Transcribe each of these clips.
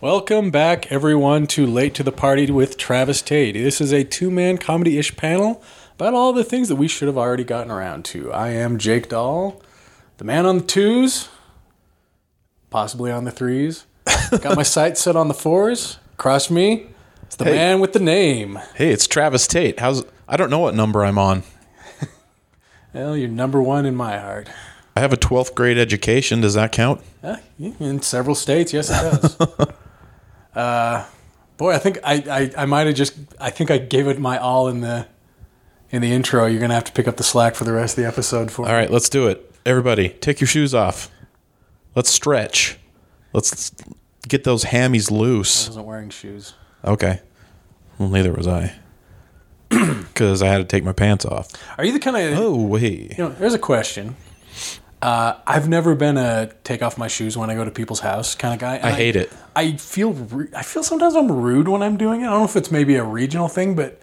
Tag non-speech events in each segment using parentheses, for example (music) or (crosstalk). Welcome back, everyone, to Late to the Party with Travis Tate. This is a two man comedy ish panel about all the things that we should have already gotten around to. I am Jake Dahl, the man on the twos, possibly on the threes. Got my sights set on the fours. Across from me, it's the man with the name. Hey, it's Travis Tate. How's I don't know what number I'm on. Well, you're number one in my heart. I have a 12th grade education. Does that count? Uh, in several states, yes, it does. uh, (laughs) boy, I think I, I, I might have just I think I gave it my all in the in the intro. You're gonna have to pick up the slack for the rest of the episode for All right, let's do it. Everybody, take your shoes off. Let's stretch. Let's get those hammies I loose. wasn't wearing shoes. Okay. Well, neither was I. (clears throat) Cuz I had to take my pants off. Are you the kind of Oh, wait. you know? There's a question. Uh, I've never been a take off my shoes when I go to people's house kind of guy. and I hate it. I feel ru- I feel sometimes I'm rude when I'm doing it. I don't know if it's maybe a regional thing, but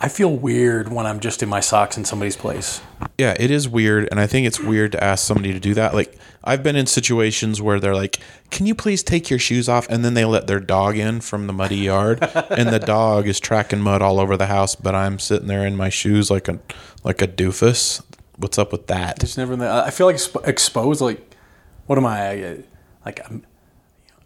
I feel weird when I'm just in my socks in somebody's place. Yeah, it is weird, and I think it's weird to ask somebody to do that. Like, I've been in situations where they're like, "Can you please take your shoes off?" and then they let their dog in from the muddy yard, and the dog is tracking mud all over the house, but I'm sitting there in my shoes like a like a doofus. What's up with that? There's never. That, I feel like exp- exposed. Like, what am I? uh, Like, I'm,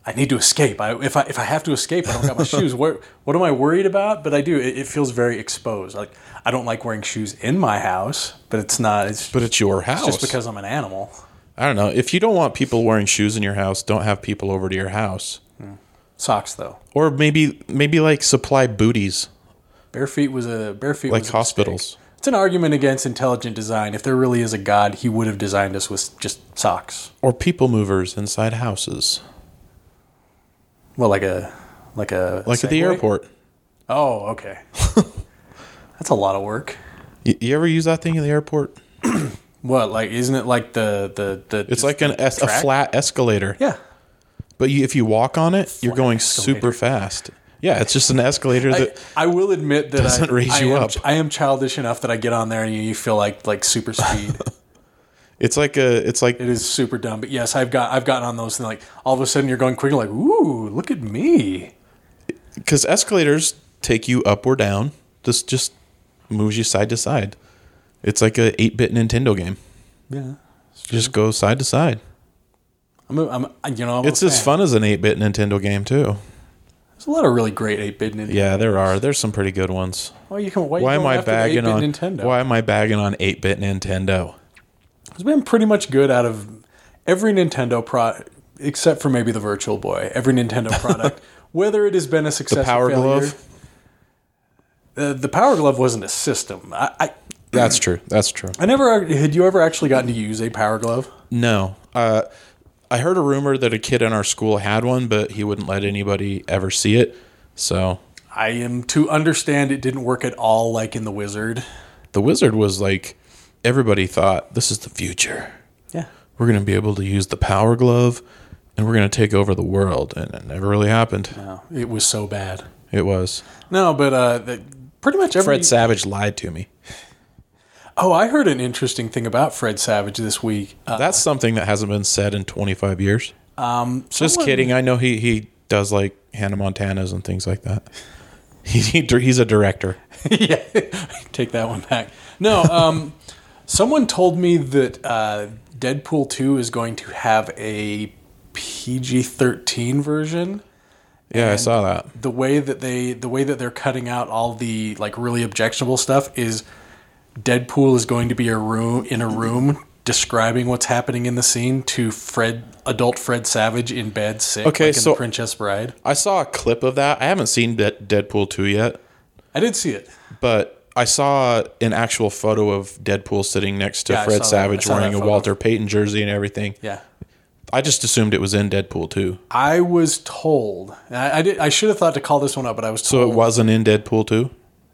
I need to escape. I, if I if I have to escape, I don't (laughs) got my shoes. What what am I worried about? But I do. It, it feels very exposed. Like I don't like wearing shoes in my house, but it's not. It's But it's your house. just because I'm an animal. I don't know. If you don't want people wearing shoes in your house, don't have people over to your house. Socks though. Or maybe maybe like supply booties Bare feet was a bare feet. like was a hospitals. mistake. It's an argument against intelligent design. If there really is a god, he would have designed us with just socks. Or people movers inside houses, Well, like a like a like at the Segway? airport. Oh, (laughs) okay. That's a lot of work. Y- you ever use that thing in the airport? What like isn't it like the the the? It's like an es- a track? flat escalator, yeah. but you, if you walk on it, you're going escalator. super fast. Yeah, it's just an escalator I, that I will admit that doesn't I, raise I you am, up. I am childish enough that I get on there and you, you feel like like super (laughs) speed. it's like a it's like it is super dumb, but yes, I've got I've gotten on those and like all of a sudden you're going quicker, like ooh, look at me. because escalators take you up or down. This just moves you side to side. It's like a eight bit Nintendo game. Yeah, Just go side to side. I'm, a, I'm a- you know I'm a It's as fan. fun as an eight bit Nintendo game too. There's a lot of really great eight bit Nintendo. Yeah, there are. There's some pretty good ones. Why you can why, Why am I bagging on Nintendo? Why am I bagging on eight bit Nintendo? It's been pretty much good out of every Nintendo product, except for maybe the Virtual Boy. Every Nintendo (laughs) product, whether it has been a success, The or Power failure- Glove. Uh, the Power Glove wasn't a system. I, I, That's true. That's true. I never had you ever actually gotten to use a Power Glove. No. Uh, I heard a rumor that a kid in our school had one, but he wouldn't let anybody ever see it. So I am to understand it didn't work at all, like in the Wizard. the wizard was like, everybody thought this is the future. Yeah, We're going to be able to use the power glove and we're going to take over the world. And it never really happened. no, it was so bad. It was. No, but uh, the, pretty much every. Fred Savage lied to me. oh, I heard an interesting thing about Fred Savage this week. Uh, Uh-uh. That's something that hasn't been said in 25 years. um, Just someone- kidding. I know he, he does like Hannah Montana's and things like that. (laughs) He, he, he's a director. (laughs) yeah, take that one back. No, um, someone told me that uh, Deadpool 2 is going to have a PG 13 version. Yeah, I saw that. The way that they, the way that they're cutting out all the like really objectionable stuff is Deadpool is going to be a room in a room describing what's happening in the scene to Fred, adult Fred Savage in bed, sick, Okay, like in so- The Princess Bride. I saw a clip of that. I haven't seen De- Deadpool 2 yet, I did see it. but I saw an actual photo of Deadpool sitting next to Yeah, I saw Fred that. I Savage saw that wearing a photo. Walter Payton jersey and everything. Yeah. I just assumed it was in Deadpool 2. I was told. and I, I, did, I should have thought to call this one up, but I was told. So it wasn't in Deadpool 2.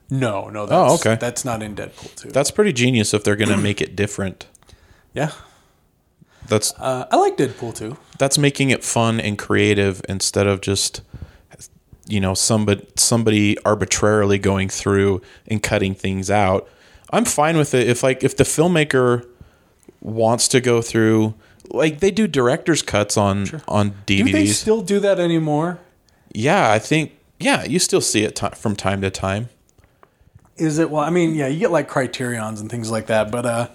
No, no. That's, Oh, okay. That's not in Deadpool two. That's pretty genius if they're going to make it different. yeah, That's uh, I like Deadpool two. that's making it fun and creative instead of just you know somebody somebody arbitrarily going through and cutting things out i'm fine with it if like if the filmmaker wants to go through like they do director's cuts on on Do they dvds still do that anymore? yeah, I think yeah, you still see it ti from time to time. Is it? Well, I mean, yeah, you get like Criterion's and things like that, but uh,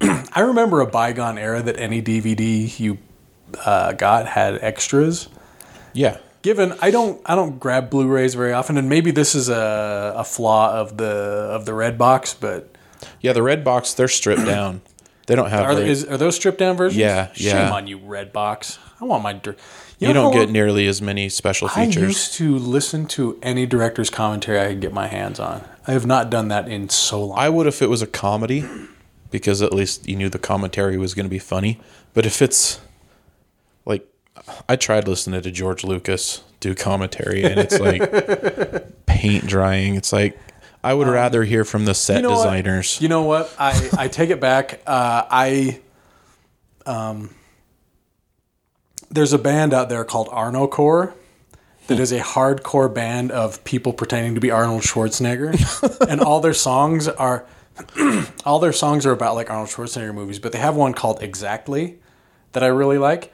(clears throat) I remember a bygone era that any DVD you uh, got had extras. Yeah. Given I don't I don't grab Blu-rays very often, and maybe this is a, a flaw of the of the red box, but Yeah, the red box they're stripped down. They don't have are, very- is, are those stripped down versions? Yeah, yeah. Shame on you, red box. I want my. dir- you, know how don't get long- nearly as many special I features. used to listen to any director's commentary I could get my hands on. I have not done that in so long. I would if it was a comedy, because at least you knew the commentary was going to be funny. But if it's like, I tried listening to George Lucas do commentary, and it's (laughs) like paint drying. It's like I would rather hear from the set Um, you know what? designers. You know what? I, I take it back. Uh, I um, there's a band out there called Arno Core that is a hardcore band of people pretending to be Arnold Schwarzenegger, and all their songs are all their songs are about like Arnold Schwarzenegger movies. But they have one called Exactly that I really like.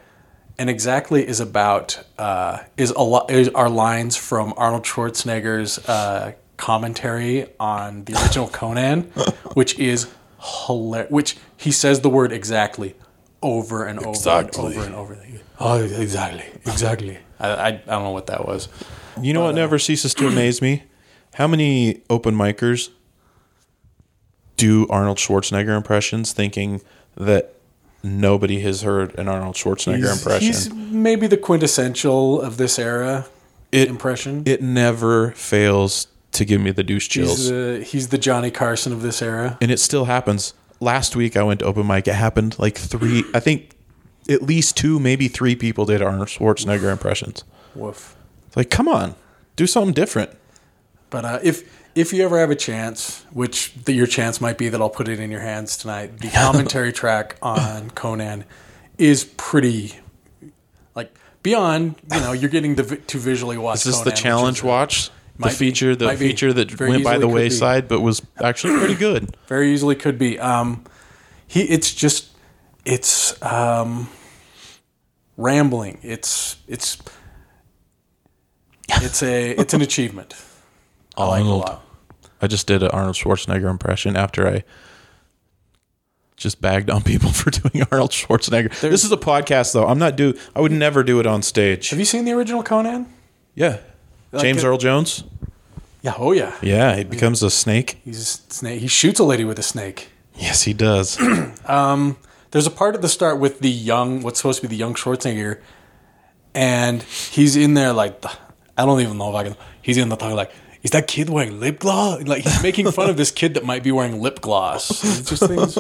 And exactly is about uh, is a lot is our lines from Arnold Schwarzenegger's uh, commentary on the original Conan, which is hilarious. Which he says the word exactly over and over Exactly. and over and over. Oh, exactly, exactly. I, I, I don't know what that was. You know what never ceases to amaze me? How many open micers do Arnold Schwarzenegger impressions thinking that nobody has heard an Arnold Schwarzenegger He's- impression? He's maybe the quintessential of this era it, impression. it never fails to give me the douche he's chills. the he's the Johnny Carson of this era. and it still happens. Last week I went to open mic. It happened like three, I think at least two, maybe three people did Arnold Schwarzenegger impressions. Woof. It's like, come on, do something different. But uh, if if you ever have a chance, which the, your chance might be that I'll put it in your hands tonight, (laughs) the commentary track on Conan is pretty like beyond. You know, you're getting the vi- to visually watch. Is this Conan, the which challenge is watch? might the be- feature, the might be. feature that Very went by easily the could be. wayside, but was actually pretty good. Very easily could be. Um, he it's just it's um, rambling. It's it's it's a it's (laughs) an achievement. I like it a Arnold. lot. I just did an Arnold Schwarzenegger impression after I just bagged on people (laughs) for doing Arnold Schwarzenegger. this is a podcast, though. I'm not do. I would never do it on stage. Have you seen the original Conan? yeah, Like James it- Earl Jones. Yeah. Oh yeah. Yeah, he becomes a snake. He's a snake. He shoots a lady with a snake. Yes, he does. There's a part at the start with the young, what's supposed to be the young Schwarzenegger, and he's in there like, "Th- I don't even know if I can. He's in the talk like, is that kid wearing lip gloss? Like he's making fun of this kid that might be wearing lip gloss. It's just things.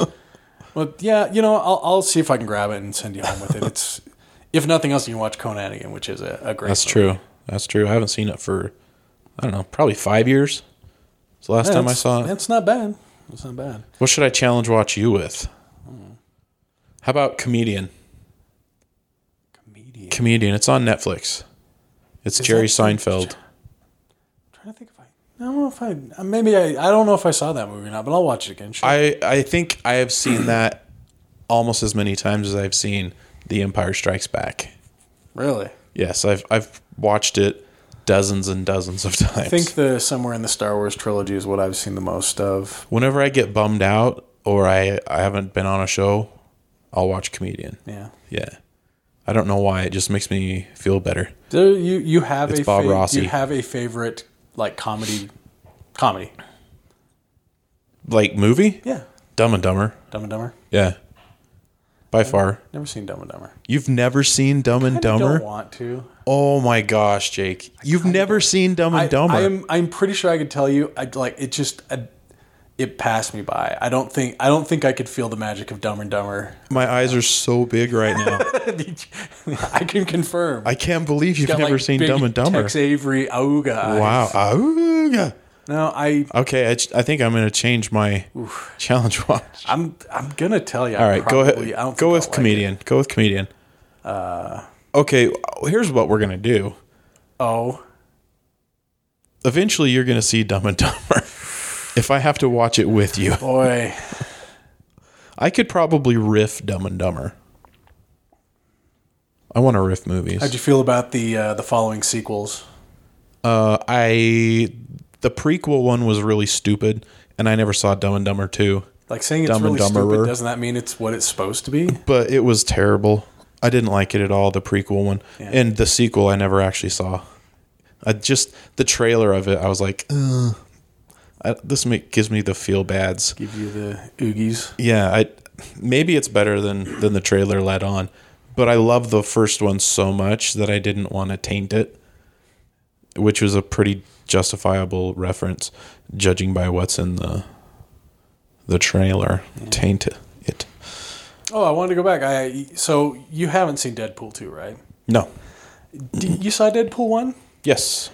Well, yeah, you know, I'll, I'll see if I can grab it and send you home with it. It's if nothing else, you can watch Conan again, which is a, a great. That's true. That's true. I haven't seen it for I don't know, probably five years. It's the last time I saw it. It's not bad. It's not bad. What should I challenge watch you with? Hmm. How about comedian? Comedian. Comedian. It's on Netflix. It's Jerry that- Seinfeld. trying to think if I. I don't know if I. uh, Maybe I. I don't know if I saw that movie or not, but I'll watch it again. Sure. I I think I have seen that almost as many times as I've seen The Empire Strikes Back. really. Yes, I've I've watched it dozens and dozens of times. I think the somewhere in the Star Wars trilogy is what I've seen the most of. Whenever I get bummed out or I I haven't been on a show, I'll watch comedian. Yeah. Yeah. I don't know why. It just makes me feel better. So you you have It's a Bob Rossi. you have a favorite like comedy comedy. Like movie? Yeah. Dumb and Dumber. Dumb and Dumber. Yeah. By far. Never seen Dumb and Dumber. You've never seen Dumb and I Dumber? don't want to. Oh my gosh, Jake. You've never seen Dumb and I, Dumber. I am I'm pretty sure I could tell you I like it just I, it passed me by. I don't think I don't think I could feel the magic of Dumb and Dumber. (laughs) (laughs) my eyes are so big right now. I can confirm. I can't believe you've Got, never like, seen big Dumb and Dumber. Tex Avery Auga. eyes. Wow. Auga. No, I Okay, I, ch- I think I'm going to change my challenge (laughs) watch. I'm I'm gonna tell you. All right, go ahead. I don't Go think with I'll like comedian. go with comedian. Uh, okay, here's what we're going to do. it. Oh, eventually you're going to see Dumb and Dumber. (laughs) if I have to watch it with you, boy. I could probably riff Dumb and Dumber. I want to riff movies. How'd you feel about the uh, the following sequels? Uh, I the prequel one was really stupid, and I never saw Dumb and Dumber two, Like saying it's Dumb and really stupid Dumberer. doesn't that mean it's what it's supposed to be? but it was terrible. I didn't like it at all. The prequel one Yeah. and the sequel I never actually saw. I just the trailer of it. I was like, Ugh. I, this make, gives me the feel bads. Give you the oogies. Yeah, I maybe it's better than than the trailer let on, but I love the first one so much that I didn't want to taint it, which was a pretty justifiable reference, judging by what's in the the trailer. Taint it. Oh, I wanted to go back. I so you haven't seen Deadpool two, right? No. D- you saw Deadpool one? Yes.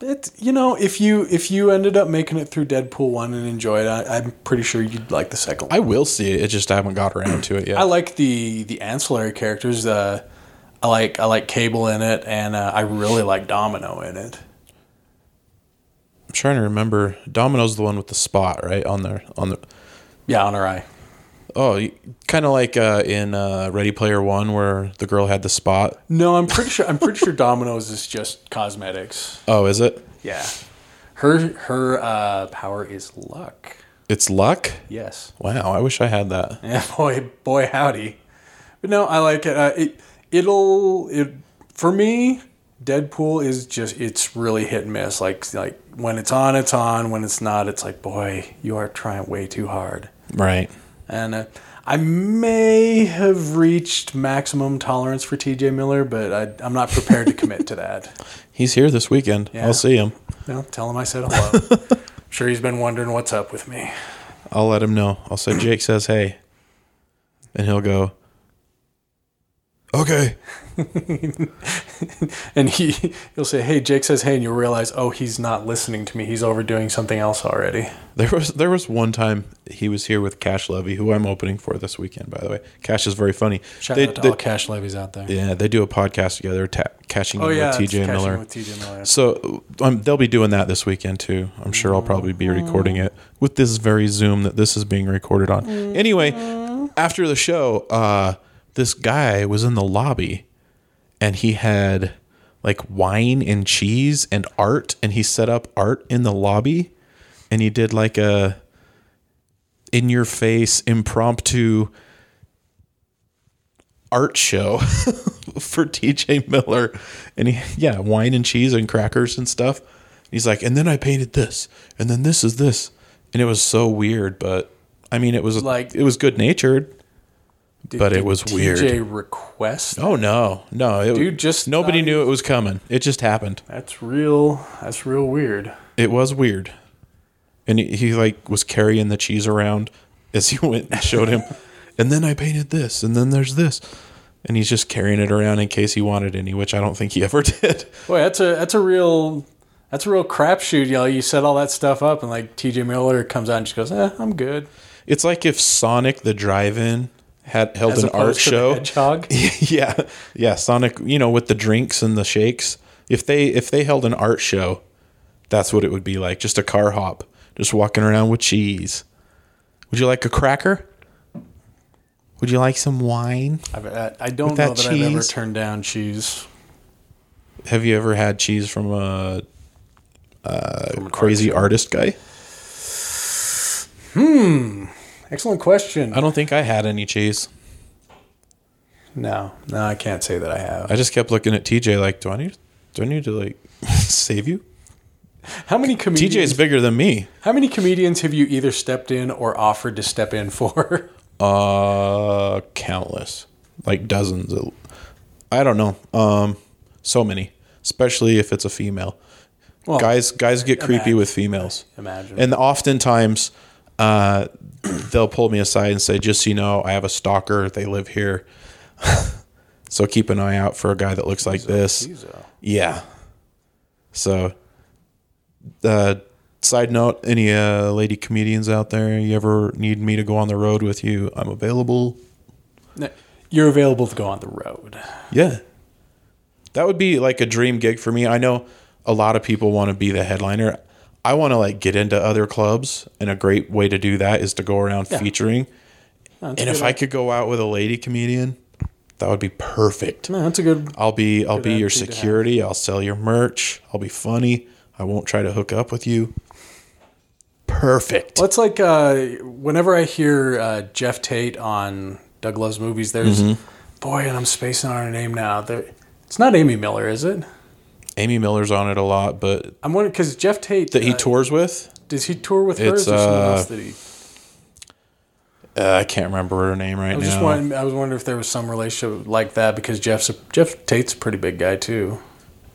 It you know if you if you ended up making it through Deadpool one and enjoyed it, I, I'm pretty sure you'd like the second. I will see it. It just I haven't got around to it yet. I like the the ancillary characters. Uh, I like I like Cable in it, and uh, I really like Domino in it. I'm trying to remember. Domino's the one with the spot, right on there on the. Yeah, on her eye. Oh, kind of like uh, in uh, Ready Player One, where the girl had the spot. No, I'm pretty sure. I'm pretty sure Domino's is just cosmetics. Oh, is it? Yeah, her her uh, power is luck. It's luck. Yes. (laughs) Wow, I wish I had that. Yeah, boy, boy, howdy. But no, I like it. Uh, it it'll it for me. Deadpool is just it's really hit and miss. Like like when it's on, it's on. When it's not, it's like boy, you are trying way too hard. Right. And uh, I may have reached maximum tolerance for TJ Miller, but I, I'm not prepared to commit to (laughs) that. He's here this weekend. Yeah. I'll see him. No, tell him I said hello. I'm sure he's been wondering what's up with me. I'll let him know. I'll say Jake says hey. And he'll go, "Okay." And he, (laughs) he'll say, Hey, Jake says, Hey, and you'll realize, Oh, he's not listening to me. He's overdoing something else already. There was there was one time he was here with Cash Levy, who I'm opening for this weekend, by the way. Cash is very funny. Shout They- out to they- all cash levies out there. yeah, they do a podcast together, ta- cashing Oh, in yeah. with it's TJ Cashing Miller. With TJ Miller. So um, they'll be doing that this weekend too. I'm sure I'll probably be recording it with this very Zoom that this is being recorded on. Mm-hmm. Anyway, after the show, uh, this guy was in the lobby and he had like wine and cheese and art, and he set up art in the lobby and he did like a in your face impromptu art show (laughs) for TJ Miller. And he, yeah, wine and cheese and crackers and stuff. He's like, and then I painted this, and then this is this. And it was so weird, but I mean, it was Like- like, it was good natured. Did- but it did was TJ weird. request. Oh, no, no. It, Dude, just nobody thought- knew it was coming. It just happened. That's real. That's real weird. It was weird. And he, he like was carrying the cheese around as he (laughs) went and showed him. and then I painted this, and then there's this. And he's just carrying it around in case he wanted any, which I don't think he (laughs) ever did. Boy, that's a that's a real that's a real crapshoot, y'all. You set all that stuff up, and like T.J. Miller comes out and just goes, "Eh, I'm good." It's like if Sonic the Drive-In had held As an art opposed to the show. (laughs) hedgehog. yeah, yeah, Sonic. You know, with the drinks and the shakes. If they if they held an art show, that's what it would be like. Just a car hop, just walking around with cheese. Would you like a cracker? Would you like some wine? I've, I, I don't know With that that I've ever cheese. turned down cheese. Have you ever had cheese from a, a crazy artist guy? Excellent question. I don't think I had any cheese. no, no, I can't say that I have. I just kept looking at TJ like, do I need do I need to like (laughs) save you? How many comedians? TJ's bigger than me. How many comedians have you either stepped in or offered to step in for? Uh, countless, like dozens. Of, I don't know. Um, so many, especially if it's a female. Well, guys, guys get creepy imagine. with females. Imagine. And oftentimes, uh, they'll pull me aside and say, "Just so you know, I have a stalker. They live here, (laughs) so keep an eye out for a guy that looks like this." Jeez, oh. Yeah. So, uh, side note: any uh, lady comedians out there, you ever need me to go on the road with you? I'm available. No, You're available to go on the road. Yeah, that would be like a dream gig for me. I know a lot of people want to be the headliner. I want to like get into other clubs, and a great way to do that is to go around featuring. No, it's And a if good I could go out with a lady comedian, That would be perfect. No, that's a good. I'll be I'll be your attitude to have. security. I'll sell your merch. I'll be funny. I won't try to hook up with you. Perfect. Well, it's like uh, whenever I hear uh, Jeff Tate on Doug Loves Movies, there's Mm-hmm. boy, and I'm spacing on her name now. There, it's not Amy Miller, is it? Amy Miller's on it a lot, but I'm wondering because Jeff Tate that he uh, tours with. does he tour with her? or Is It's, there someone uh, else that he? Uh, I can't remember her name right I was just now. wondering, I was wondering if there was some relationship like that because Jeff's a, Jeff Tate's a pretty big guy too.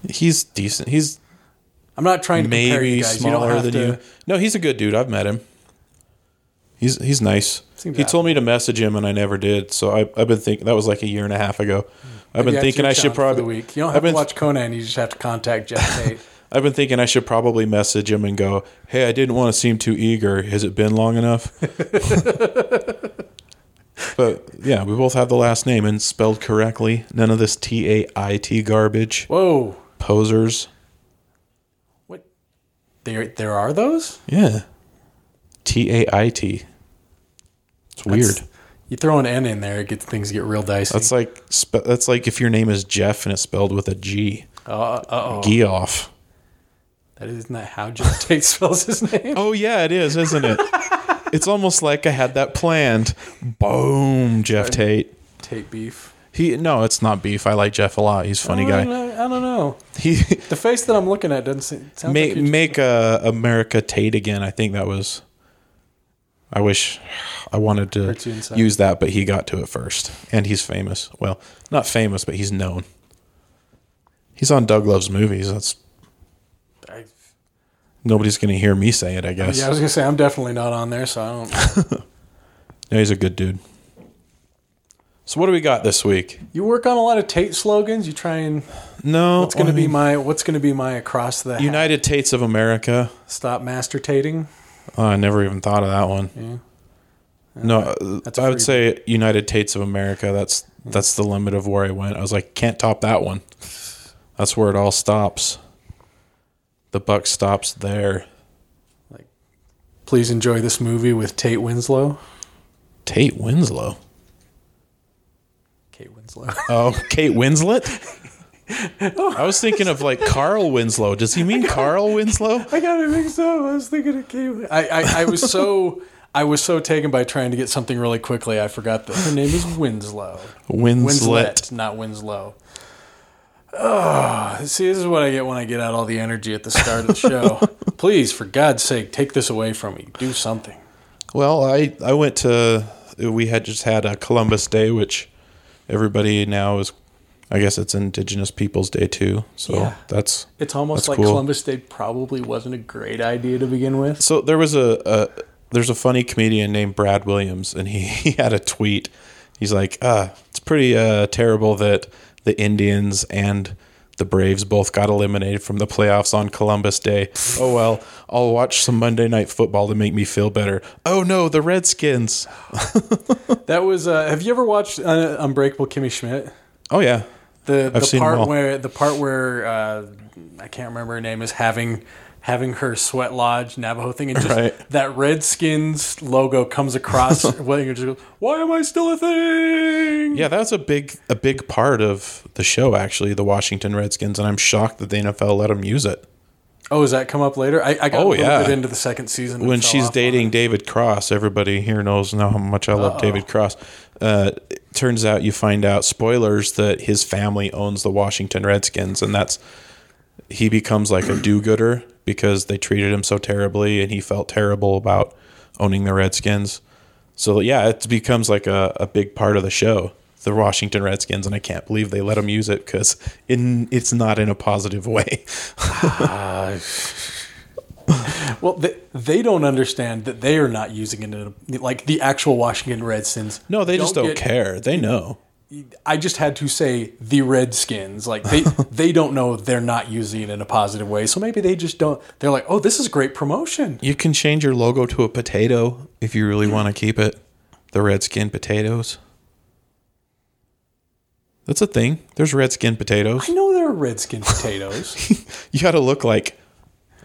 He's decent. He's I'm not trying to compare maybe you guys. you don't smaller have than to, you. No, he's a good dude. I've met him. He's he's nice. Seems he told me to message him and I never did. So I I've been thinking that was like a year and a half Hmm. ago. I've been Yeah, thinking two I Sean should for the probably week. You don't I've have been to watch Conan. You just have to contact (laughs) Jeff Tate. I've been thinking I should probably message him and go, "Hey, I didn't want to seem too eager. Has it been long (laughs) enough?" but yeah, we both have the last name and spelled correctly. None of this T A I T garbage. Whoa, Posers. what? There, there are those. Yeah. T A I T. It's weird. That's- you throw an N in there, it gets things get real dicey. That's like spe- that's like if your name is Jeff and it's spelled with a G. uh oh. Geoff. That isn't that how Jeff (laughs) Tate spells his name? Oh yeah, it is, isn't (laughs) it? it's almost like I had that planned. Boom, Jeff Tate. (laughs) Tate beef. He no, it's not beef. I like Jeff a lot. He's a funny I don't guy. know- Oh, I don't know. He The face that I'm looking at doesn't seem, sounds (laughs) make like you- make uh, America Tate again. I think that was. I wish I wanted Hurts you to inside. use that, but he got to it first, and he's famous. Well, not famous, but he's known. He's on Doug Love's movies. That's I- nobody's going to hear me say it. I guess. yeah, I was gonna say I'm definitely not on there, so I (laughs) don't. No, he's a good dude. So what do we got this week? You work on a lot of Tate slogans. You try and No, what's gonna I be mean, my what's gonna be my across the hat? United Tates of America. stop master tating. Oh, I never even thought of that one. No, uh, That's a I would free- say United Tates of America. That's that's the limit of where I went. I was like, can't top that one. That's where it all stops. The buck stops there. Please enjoy this movie with Tate Winslow. Tate Winslow. Kate Winslow. (laughs) Oh, (laughs) Kate Winslet. I was thinking of like Carl Winslow. Does he mean Carl Winslow? I got it mixed up. I was thinking of Kate. Win- I, I, I was (laughs) so I was so taken by trying to get something really quickly. I forgot that her name is Winslow. Winslet. Winslet, not Winslow. Oh, see, this is what I get when I get out all the energy at the start of the (laughs) show. Please, for God's sake, take this away from me. Do something. Well, I I went to we had just had a Columbus Day, which everybody now is. I guess it's Indigenous Peoples Day too. So Yeah. that's It's almost That's like cool. Columbus Day probably wasn't a great idea to begin with. So there was a, a there's a funny comedian named Brad Williams, and he, (laughs) he had a tweet. He's like, uh, it's pretty uh, terrible that the Indians and the Braves both got eliminated from the playoffs on Columbus Day. Oh well, I'll watch some Monday Night Football to make me feel better. Oh no, the Redskins. That was. Uh, have you ever watched uh, Unbreakable Kimmy Schmidt? Oh yeah, the the seen them part all. where the part where uh, I can't remember her name is having having her sweat lodge Navajo thing and just Right. that Redskins logo comes (laughs) across well, you just go, why am I still a thing? yeah, that was a big a big part of the show actually, the Washington Redskins, and I'm shocked that the NFL let them use it. Oh, does that come up later? I, I got Oh, a little yeah. bit into the second season and when fell she's off on dating it. David Cross, everybody here knows now how much I love David Cross. Uh, it turns out you find out spoilers that his family owns the Washington Redskins, and that's he becomes like a do-gooder because they treated him so terribly, and he felt terrible about owning the Redskins. So yeah, it becomes like a, a big part of the show, the Washington Redskins, and I can't believe they let him use it because in it's not in a positive way. (laughs) Well, they, they don't understand that they are not using it in a, like the actual Washington Redskins. No, they just don't get- care. They know. I just had to say the Redskins. Like (laughs) they they don't know they're not using it in a positive way. So maybe they just don't. They're like, oh, this is great promotion. You can change your logo to a potato if you Hmm. really want to keep it. The red skin potatoes. That's a thing. There's red skin potatoes. I know there are Redskin (laughs) potatoes. You got to look like.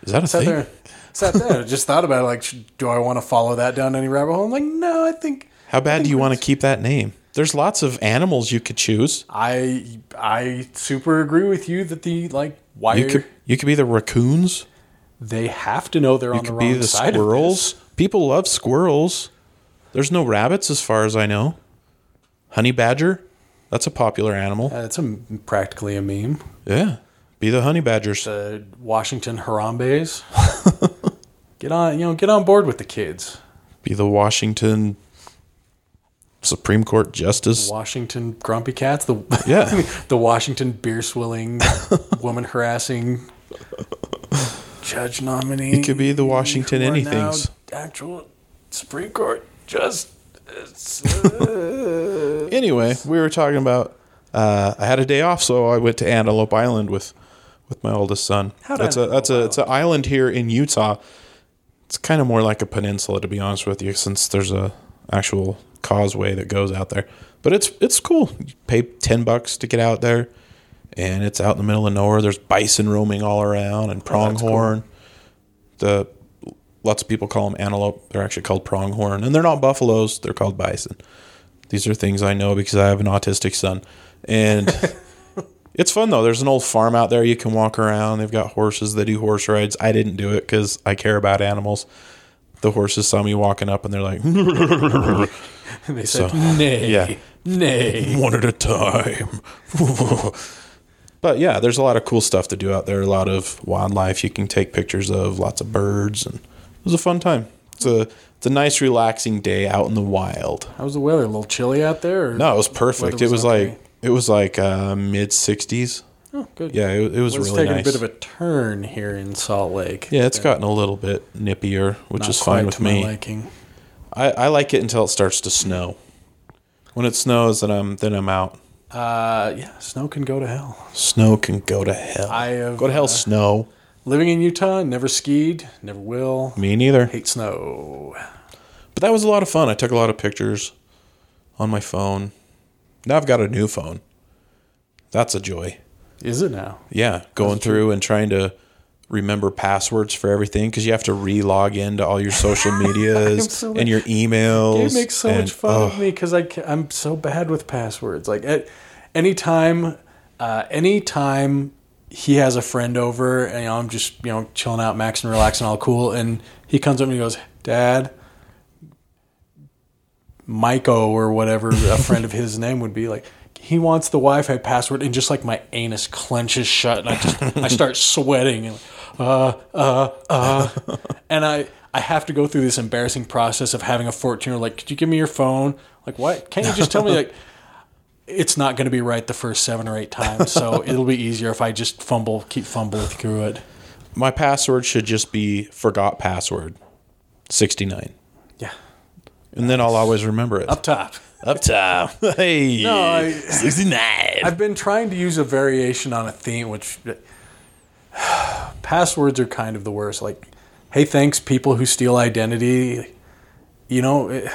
Is that a Sat thing? there, sat there. Just thought about it. Like, sh- do I want to follow that down any rabbit hole? I'm like, no, I think How bad do you want to keep that name? There's lots of animals you could choose. I I super agree with you that the like You wire could you could be the raccoons. they have to know they're on You the could wrong be the side squirrels. People love squirrels. There's no rabbits as far as I know. Honey badger, that's a popular animal. of this. That's Uh, a, practically a meme. Yeah. Be the honey badgers. The Washington (laughs) Harambe's. get on, you know, get on board with the kids. Be the Washington Supreme Court justice. Washington Grumpy Cats, the (laughs) Yeah. the Washington beer (laughs) swilling, woman harassing judge nominee. It could be the Washington who are now anythings. Actual Supreme Court just (laughs) Anyway, we were talking about uh, I had a day off, so I went to Antelope Island with with my oldest son. How'd that's a Antelope that's a it's an island here in Utah. It's kind of more like a peninsula, to be honest with you, since there's a actual causeway that goes out there. But it's it's cool. You pay ten bucks to get out there, and it's out in the middle of nowhere. There's bison roaming all around and Oh, pronghorn. The lots of people call them antelope. They're actually called pronghorn, and they're not buffaloes. They're called bison. These are things I know because I have an autistic son, and it's fun though. There's an old farm out there you can walk around. They've got horses. They do horse rides. I didn't do it because I care about animals. The horses saw me walking up, and they're like, (laughs) they said nay, yeah. nay. one at a time. (laughs) but yeah, there's a lot of cool stuff to do out there. A lot of wildlife you can take pictures of. Lots of birds, and it was a fun time. It's a it's a nice relaxing day out in the wild. How's the weather? A little chilly out there? Or? No, it was perfect. Weather It was was okay. like it was like uh, mid 60s. Oh, good. Yeah, it, it was Well, it's really taking nice. a bit of a turn here in Salt Lake. yeah, it's gotten a little bit nippier, which Not is fine quite with to my me. liking. I, I like it until it starts to snow. When it snows, then I'm then I'm out. Uh, yeah, snow can go to hell. Snow can go to hell. I have, go to hell, uh, snow. Living in Utah, never skied, never will. Me neither. Hate snow. But that was a lot of fun. I took a lot of pictures on my phone. Now I've got a new phone. That's a joy. Is it now? Yeah, going through and trying to remember passwords for everything because you have to re-log in to all (laughs) your social medias so and your emails. It makes so and- much fun oh, of me because I ca- I'm so bad with passwords. Like at any time, uh, any time he has a friend over, and you know, I'm just you know chilling out, maxing, relaxing, all cool, and he comes up and he goes, "Dad." Myko or whatever a friend of his (laughs) name would be like he wants the Wi-Fi password and just like my anus clenches shut and I just I start sweating and like, uh uh uh and I I have to go through this embarrassing process of having a 14 year old like could you give me your phone like what can't you just (laughs) tell me like it's not going to be right the first seven or eight times (laughs) so it'll be easier if I just fumble keep fumbling through it my password should just be forgot password sixty nine, yeah and then I'll always remember it. up top (laughs) Up top. hey. No, I- 69. I've been trying to use a variation on a theme, which uh, (sighs) passwords are kind of the worst. Like, hey, thanks, people who steal identity. You know, eh, it,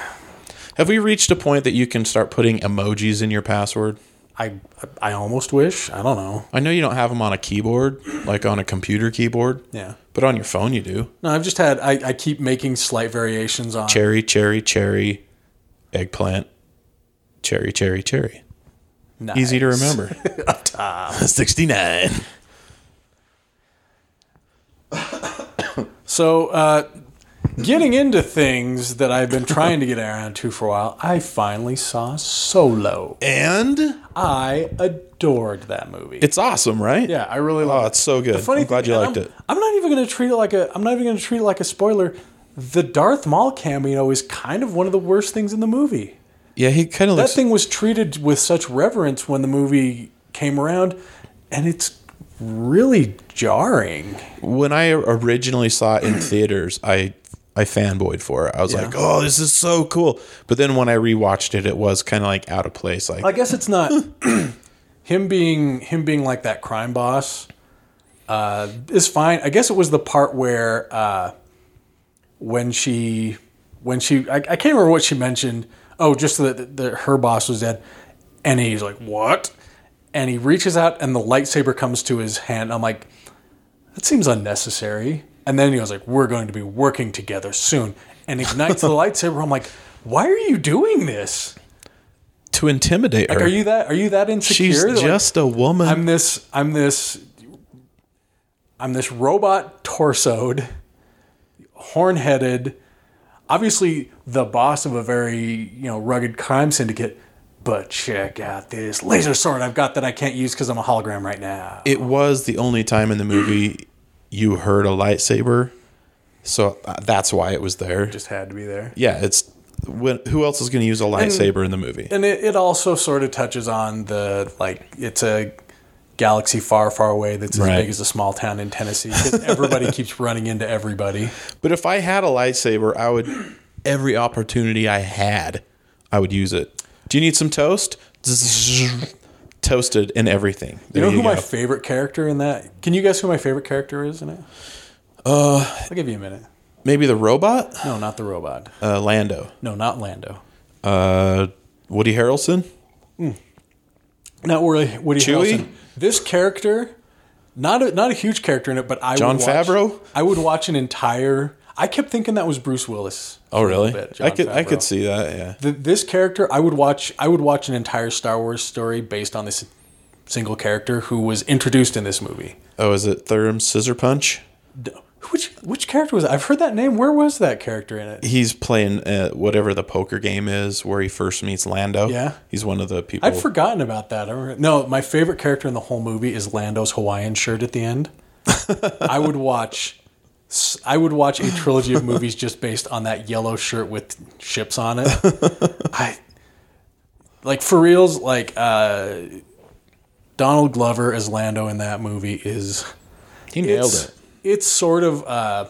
Have we reached a point that you can start putting emojis in your password? I I almost wish. I don't know. I know you don't have them on a keyboard, like on a computer keyboard, Yeah. but on your phone you do. No, I've just had. I, I keep making slight variations on. Cherry, cherry, cherry, eggplant, cherry, cherry, cherry. Nice. Easy to (laughs) remember. Up top. 69. So, uh, getting into things that I've been trying to get around to for a while, I finally saw Solo. And I adored that movie. it's awesome, right? yeah, I really Oh, loved it. it's so good. The funny I'm glad thing- you and liked I'm, it. I'm not even going to treat it like a. I'm not even going to treat it like a spoiler. The Darth Maul cameo is kind of one of the worst things in the movie. Yeah, he kind of That looks. thing was treated with such reverence when the movie came around, and it's really jarring. when I originally (clears throat) saw it in theaters, I I fanboyed for it. I was like, "Oh, this is so cool!" But then when I rewatched it, it was kind of like out of place. Like, I guess it's not (clears throat) him being him being like that crime boss uh, is fine. I guess it was the part where uh, when she when she I, I can't remember what she mentioned. Oh, just that that her boss was dead, and he's like, "What?" And he reaches out, and the lightsaber comes to his hand. I'm like, that seems unnecessary. And then he was like, we're going to be working together soon, and ignites the lightsaber. I'm like, why are you doing this? to intimidate her. Are you that? Are you that insecure? She's Like, just a woman. I'm this. I'm this. I'm this robot torsoed, horn-headed, obviously the boss of a very you know rugged crime syndicate. But check out this laser sword I've got that I can't use because I'm a hologram right now. it was the only time in (clears throat) the movie you heard a lightsaber, so uh, that's why it was there. just had to be there. Yeah, it's when, who else is going to use a lightsaber in the movie? and it, it also sort of touches on the like it's a galaxy far far away that's as Right. big as a small town in tennessee 'cause (laughs) everybody keeps running into everybody But if I had a lightsaber, I would every opportunity I had, I would use it. Do you need some toast? (laughs) Zzz, Toasted and everything. you There know who my go. favorite character in that can you guess who my favorite character is in it uh i'll give you a minute Maybe the robot? no not the robot Uh, Lando. no not lando Uh, Woody Harrelson? not really woody Chewie? Harrelson. this character not a, not a huge character in it but i Jon would watch, Favreau? i would watch an entire i kept thinking that was bruce willis Oh, really? bit, I Jon could I could Favreau. see that. Yeah. Th this character i would watch i would watch an entire star wars story based on this single character who was introduced in this movie Oh, is it Thurum Scissor Punch? D- which which character was that? i've heard that name where was that character in it He's playing uh, whatever the poker game is where he first meets Lando. Yeah. He's one of the people. i'd forgotten about that I remember, no my favorite character in the whole movie is lando's hawaiian shirt at the end (laughs) i would watch s- I would watch a trilogy of movies just based on that yellow shirt with ships on (laughs) it. I like for reals, like uh, Donald Glover as Lando in that movie is he nailed it's, it. It's sort of uh,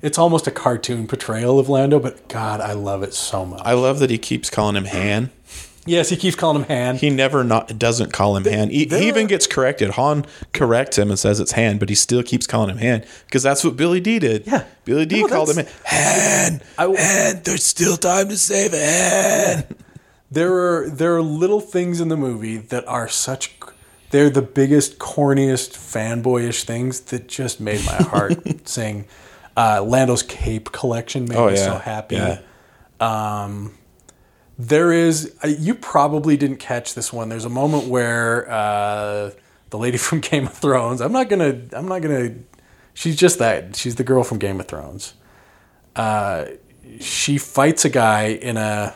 it's almost a cartoon portrayal of Lando, but God, I love it so much. I love that he keeps calling him Han. yes, he keeps calling him Han. He never not doesn't call him Han. He, there- he even gets corrected. Han corrects him and says it's Han, but he still keeps calling him Han because that's what Billy D did. Yeah. Billy D No, called him that's- Han. I- Han. There's still time to save Han. there are there are little things in the movie that are such they're the biggest corniest fanboyish things that just made my (laughs) heart sing. Uh, Lando's cape collection made me so happy. Oh, Um, Yeah. There is, uh, you probably didn't catch this one. There's a moment where uh, the lady (laughs) from Game of Thrones. I'm not gonna. I'm not gonna. She's just that. She's the girl from Game of Thrones. Uh, she fights a guy in a.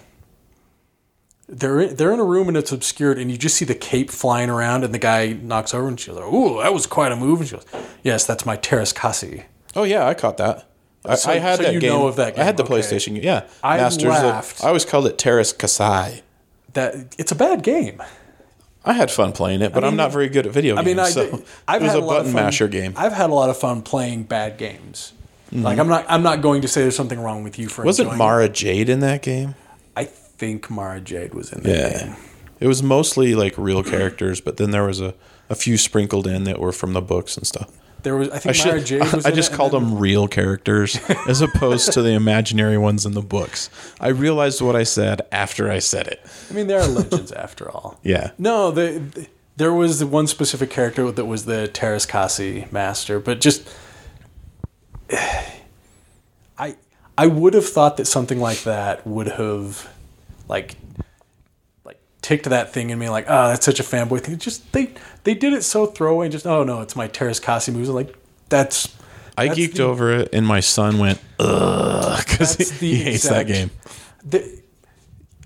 They're in, they're in a room and it's obscured and you just see the cape flying around and the guy knocks over and she's like, "Ooh, that was quite a move." And she goes, "Yes, that's my Terrace Kasi." (laughs) Oh yeah, I caught that. I, So- I had so that you game. know of that I had the game, okay. PlayStation. game. Yeah. I of- laughed. I always called it Terrace Kasai. That it's a bad game. I had fun playing it, but I am mean, not very good at video games. I mean, I, so I've it was had a lot of button fun- masher game. Mm-hmm. I've had a lot of fun playing bad games. Like I'm not, I'm not going to say there's something wrong with you for Wasn't enjoying Mara Jade in that game? I think Mara Jade was in that game. Yeah. It was mostly like real characters, but then there was a, a few sprinkled in that were from the books and stuff. There was, I I think Mara should, Jade was. (laughs) I in just it, and called then- them real (laughs) characters as opposed to the imaginary ones in the books. I realized what I said after I said it. I mean, there are legends (laughs) after all. Yeah. No, the, the- there was the one specific character that was the Terras Kasi master, but just (sighs) I I would have thought that something like that would have like like ticked that thing in me like, oh, that's such a fanboy thing. Just they they did it so throwaway just oh no, it's my Terras Kasi moves. I'm like that's I That's geeked the- over it, and my son went, ugh, because he, That's the he hates exact- that game. the,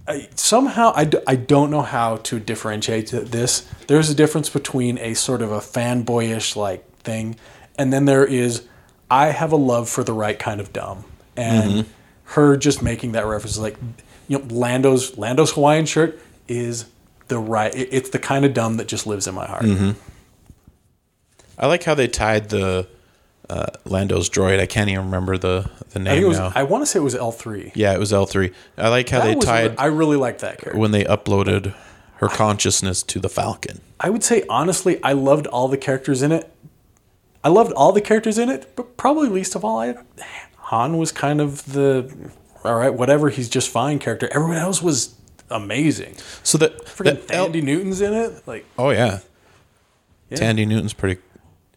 I, somehow I, d- I don't know how to differentiate th- this there's a difference between a sort of a fanboyish like thing and then there is i have a love for the right kind of dumb and Mm-hmm. her just making that reference is like you know lando's lando's hawaiian shirt is the right it- it's the kind of dumb that just lives in my heart Mm-hmm, I like how they tied the uh, Lando's droid. I can't even remember the, the i name think it was now. i want to say it was l3 yeah, it was L3. I like how That they was- tied i really like that character when they uploaded her consciousness to the Falcon. I would say honestly, I loved all the characters in it. I loved all the characters in it, but probably least of all, I, Han was kind of the all right, whatever. He's just fine character. Everyone else was amazing. So that, Freaking that L- Thandie Newton's in it. Like oh yeah. Tandy Newton's pretty.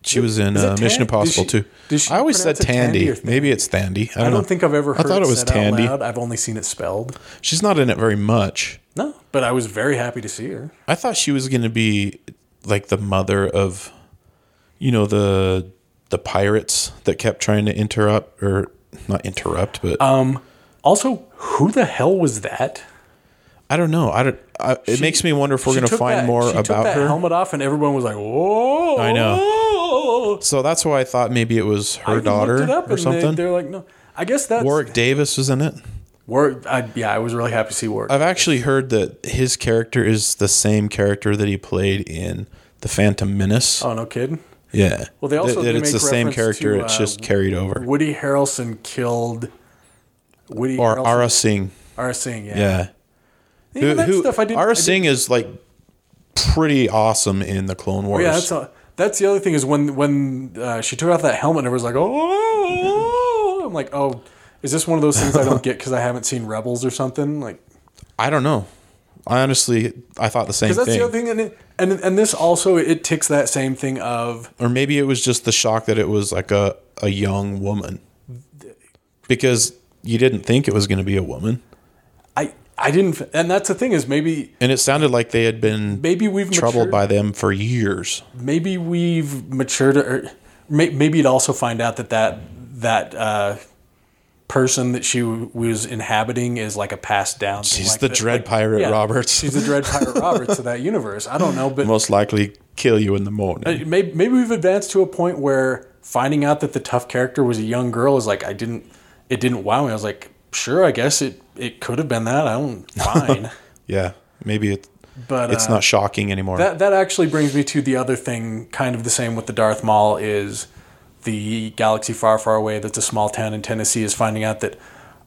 She was in Is it uh, Mission Tan- did Impossible she- too. did she I always said pronounce it Tandy Tandy. or Thandy? Maybe it's Tandy. I I don't, don't think I've ever heard I thought it was said Tandy. out loud. I've only seen it spelled. She's not in it very much. No, but I was very happy to see her. I thought she was going to be like the mother of, you know, the the pirates that kept trying to interrupt or not interrupt, but Um, also, who the hell was that? I don't know. I don't. I, it makes me wonder if we're She going to took find that- more she took about that her. helmet off, and everyone was like, "Whoa!" I know. So that's why I thought maybe it was her looked it daughter up or and something. They, are like, "No." I guess that's Warwick Davis was in it. Warwick- I, yeah, I was really happy to see Warwick. I've actually heard that his character is the same character that he played in The Phantom Menace. oh no, kid. Yeah. Well, they also- that, they that it's the make same reference character. to, it's uh, just carried over. Woody Harrelson killed Woody Or Harrelson, Ara Singh. Ara Singh. Yeah, Yeah. Even that stuff I didn't- I Ara didn't- Singh is like pretty awesome in the Clone Wars. Oh, yeah. That's a, that's the other thing is when when uh, she took off that helmet, and everyone's like, "Oh!" I'm like, "Oh." Is this one of those things I don't get because I haven't seen Rebels or something? Like, I don't know. I honestly, I thought the same Because that's thing. the other thing, and, it, and and this also it ticks that same thing of or maybe it was just the shock that it was like a, a young woman because you didn't think it was going to be a woman I I didn't, and that's the thing is maybe and it sounded like they had been maybe we've troubled matured, by them for years maybe we've matured, or may, maybe you'd also find out that that that uh, person that she w- was inhabiting is like a passed down. thing he's like the that. dread pirate yeah. roberts (laughs) She's the Dread Pirate Roberts of that universe. I don't know, but most likely kill you in the morning maybe, maybe we've advanced to a point where finding out that the tough character was a young girl is like I didn't it didn't wow me. I was like, sure, I guess it it could have been that. I (laughs) don't fine, yeah maybe it, but it's uh, not shocking anymore That that actually brings me to the other thing, kind of the same with the Darth Maul is the galaxy far far away. That's a small town in Tennessee is finding out that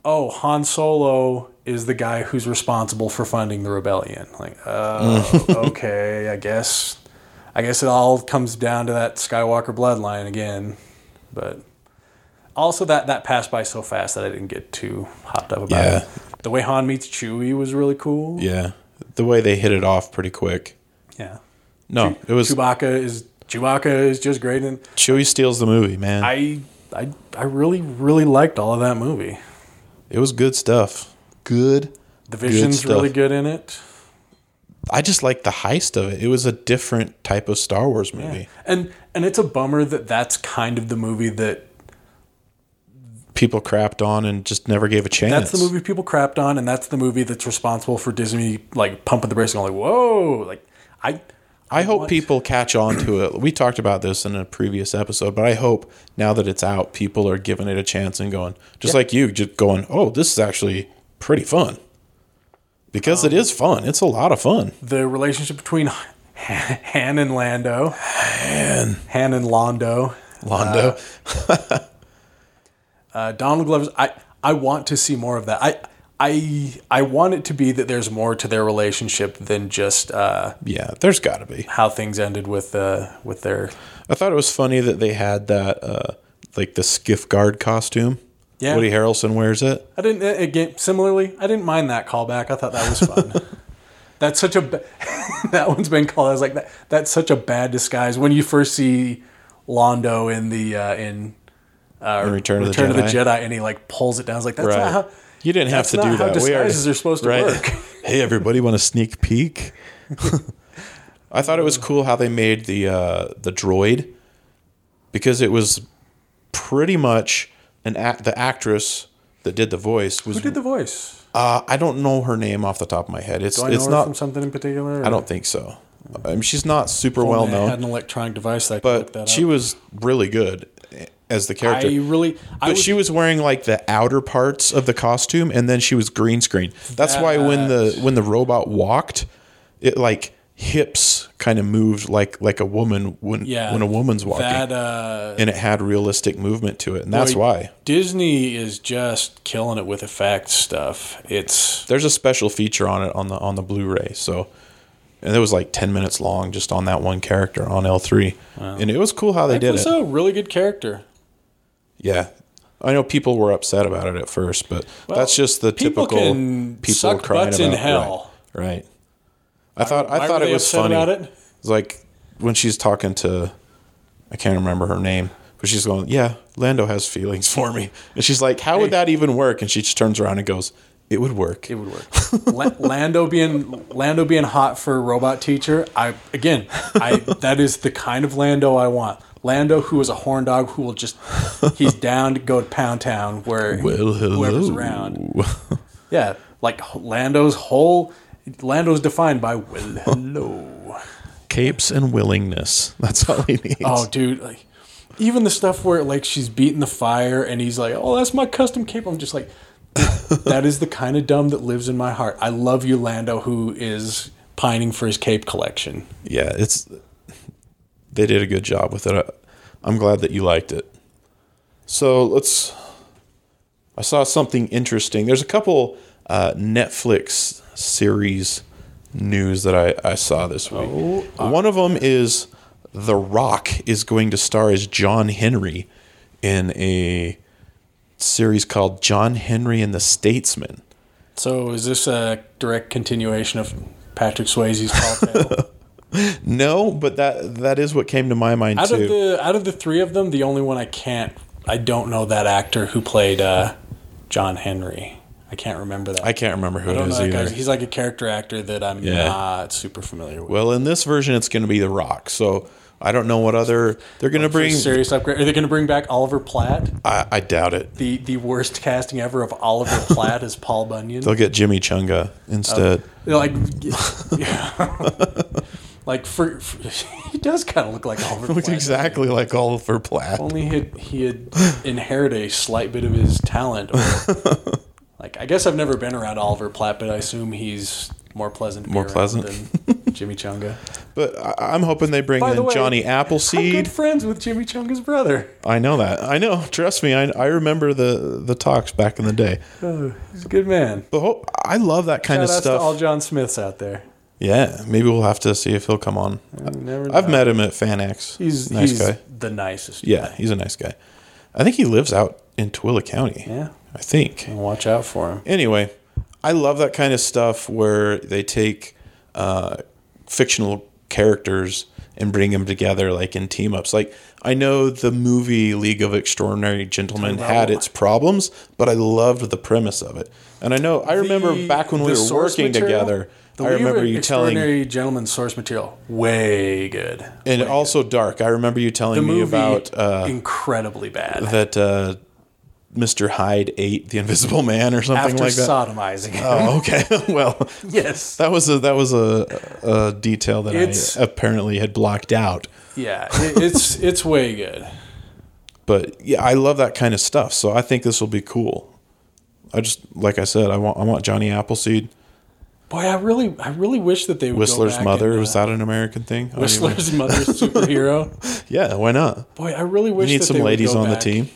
oh Han Solo is the guy who's responsible for funding the rebellion. Like uh, (laughs) okay, I guess I guess it all comes down to that Skywalker bloodline again, but. Also, that, that passed by so fast that I didn't get too hopped up about Yeah. it. The way Han meets Chewie was really cool. yeah the way they hit it off pretty quick yeah. no it was Chewbacca is Chewbacca is just great, and chewie steals the movie man I I I really really liked all of that movie. it was good stuff good The vision's stuff. really good in it, i just like the heist of it it was a different type of star wars movie and and it's a bummer that that's kind of the movie that people crapped on and just never gave a chance. that's the movie people crapped on, and that's the movie that's responsible for Disney like pumping the brakes and going like whoa like I I hope want- people catch on to it. We talked about this in a previous episode, but I hope now that it's out, people are giving it a chance and going, just like you, just going, oh, this is actually pretty fun. Because it is fun. It's a lot of fun. the relationship between (laughs) Han and Lando, Han Han and Londo, Londo. Uh, Donald Glover's. I I want to see more of that. I I I want it to be that there's more to their relationship than just uh, yeah, there's got to be. how things ended with uh, with their. I thought it was funny that they had that, uh, like the skiff guard costume. Yeah. Woody Harrelson wears it. I didn't uh, again. Similarly, I didn't mind that callback. I thought that was fun. that's such a ba- (laughs) that one's been called. I was like that. That's such a bad disguise when you first see Londo in the uh, in in Return of the Uh, Return Jedi. of the Jedi, and he like pulls it down. I was like, that's Right. not how. you didn't have that's to not do how that. We already- disguises are supposed to work. (laughs) (laughs) hey, everybody, want a sneak peek? I thought it was cool how they made the uh, the droid because it was pretty much an act. The actress that did the voice was Who did the voice? uh, I don't know her name off the top of my head. It's Do I know it's her not. from something in particular. or- I don't think so. Um, she's not super Only well I had known, an electronic device that I could look but that she up. was really good as the I character. really, I But was, she was wearing like the outer parts of the costume, and then she was green screen. That's why when the when the robot walked, it like hips kind of moved like like a woman when Yeah. when a woman's walking, that uh, and it had realistic movement to it, and that's Boy. why Disney is just killing it with effects stuff. It's there's a special feature on it on the on the Blu-ray. So, and it was like ten minutes long just on that one character on L three, and it was cool how they it did was it. a really good character. Yeah. I know people were upset about it at first, but that's just the people typical can people suck crying butts in about hell. Right. right. I thought I Why thought were it they was upset funny. about it? It's like when she's talking to I can't remember her name, but she's going, "Yeah, Lando has feelings for me," and she's like, "How would that even work?" And she just turns around and goes, "It would work." It would work. La- Lando being Lando being hot for robot teacher. I again, I that is the kind of Lando I want. Lando, who is a horn dog, who will just he's down to go to Pound Town where Well, hello. whoever's around. Yeah, like Lando's whole Lando's defined by well, hello. Capes and willingness. (laughs) That's all he needs. Oh, dude, like even the stuff where like she's beating the fire and he's like, "Oh, that's my custom cape." I'm just like, (laughs) that is the kind of dumb that lives in my heart. I love you, Lando, who is pining for his cape collection. yeah, it's they did a good job with it. I, I'm glad that you liked it. So let's. I saw something interesting. There's a couple uh, Netflix series news that I, I saw this week. Oh, uh, One of them is The Rock is going to star as John Henry in a series called John Henry and the Statesman. So, is this a direct continuation of Patrick Swayze's Tall (laughs) Tale? No, but that that is what came to my mind out too. of the out of the three of them, the only one I can't, I don't know that actor who played uh, John Henry. I can't remember that. I can't remember who I it don't is know that either. guy. He's like a character actor that I'm Yeah. not super familiar with. Well, in this version, it's going to be The Rock. So I don't know what other they're going to bring. serious upgrade. Are they going to bring back Oliver Platt, I, I doubt it. the the worst casting ever of (laughs) Oliver Platt as Paul Bunyan? They'll get Jimmy Chunga instead. They're like, (laughs) (laughs) like for, for (laughs) he does kind of look like (laughs) Oliver Looks Platt. exactly like Oliver Platt. Only he had, he had inherited a slight bit of his talent. (laughs) or- like I guess I've never been around Oliver Platt, but I assume he's more pleasant. To be More around pleasant. (laughs) than Jimmy Chunga. But I, I'm hoping they bring By the in way, Johnny I'm Appleseed. good friends with Jimmy Chunga's brother. I know that. I know. (laughs) Trust me. I, I remember the the talks back in the day. Oh, he's a good man. But ho- I love that kind Shout of outs to all stuff. John Smiths out there. Yeah. Maybe we'll have to see if he'll come on. You never I've know. met him at FanX. He's nice he's guy. the nicest. Yeah, he's a nice guy. I think he lives out in Tooele County. Yeah. I think. And watch out for him. anyway, I love that kind of stuff where they take uh, fictional characters and bring them together, like in team ups. Like I know the movie League of Extraordinary Gentlemen Turn had around. its problems, but I loved the premise of it. And I know I remember The- back when we the were source working material- together. the I remember Weaver you telling, Extraordinary Gentleman source material way good. and also dark. I remember you telling The me movie about uh, incredibly bad that uh, Mr. Hyde ate the Invisible Man or something after like that. sodomizing. him. oh, okay. (laughs) well, (laughs) yes, That was a that was a, a detail that It's- I apparently had blocked out. yeah, it, it's it's way good. But yeah, I love that kind of stuff. So I think this will be cool. I just like I said, I want I want Johnny Appleseed, Boy, I really I really wish that they would go Whistler's back mother. and, uh, was that an American thing? I don't even- Whistler's mother superhero. (laughs) Yeah, why not? Boy, I really wish We need that some they would ladies go on back. the team.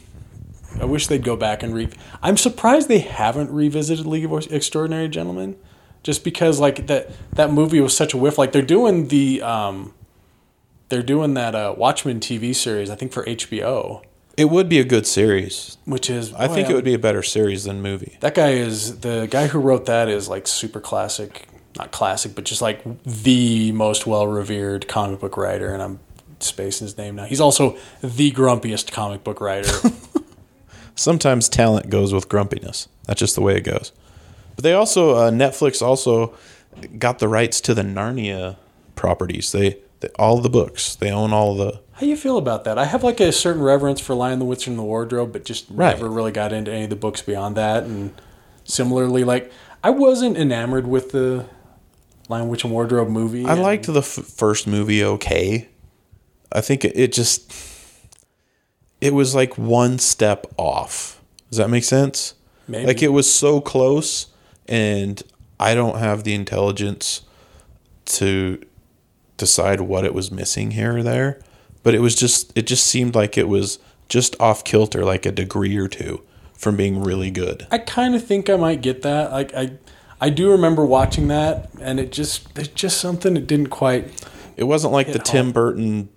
I wish they'd go back and re. I'm surprised they haven't revisited League of Extraordinary Gentlemen, just because like that that movie was such a whiff. Like they're doing the um, they're doing that uh, Watchmen TV series I think for HBO, It would be a good series. which is I boy, think it I'm- would be a better series than movie. that guy is the guy who wrote that is like super classic, not classic, but just like the most well revered comic book writer, and I'm spacing his name now. He's also the grumpiest comic book writer Sometimes talent goes with grumpiness. That's just the way it goes. But they also uh, Netflix also got the rights to the Narnia properties. They, they all the books. They own all the How do you feel about that? I have like a certain reverence for Lion the Witch and the Wardrobe, but just Right. never really got into any of the books beyond that. And similarly, like I wasn't enamored with the Lion Witch and Wardrobe movie. I and liked the f- first movie okay. I think it, it just it was like one step off. Does that make sense? Maybe. Like it was so close and I don't have the intelligence to decide what it was missing here or there, but it was just it just seemed like it was just off kilter like a degree or two from being really good. I kind of think I might get that. Like I, I do remember watching that, and it just there's just something that didn't quite. It wasn't like the home. Tim Burton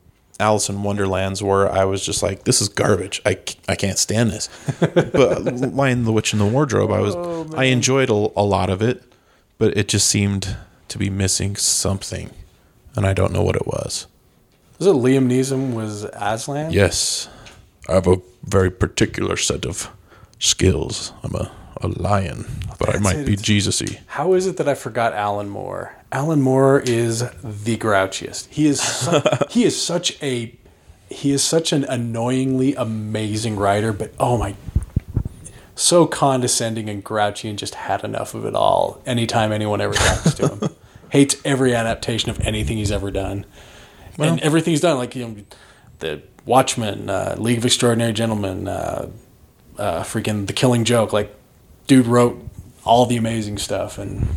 Alice in Wonderlands where I was just like, this is garbage. I, c- I can't (laughs) stand this. but Lion, the Witch, and the Wardrobe, I was Oh, I enjoyed a, a lot of it, but it just seemed to be missing something, and I don't know what it was. Was it Liam Neeson was Aslan? Yes, I have a very particular set of skills. I'm a, a lion, but I That's might it. be Jesus-y. How is it that I forgot Alan Moore? Alan Moore is the grouchiest. He is su- he is such a he is such an annoyingly amazing writer, but oh my so condescending and grouchy and just had enough of it all anytime anyone ever talks to him. Hates every adaptation of anything he's ever done. and everything he's done, like you know, the Watchmen, uh, League of Extraordinary Gentlemen, uh, uh, freaking The Killing Joke. Like, dude wrote all the amazing stuff and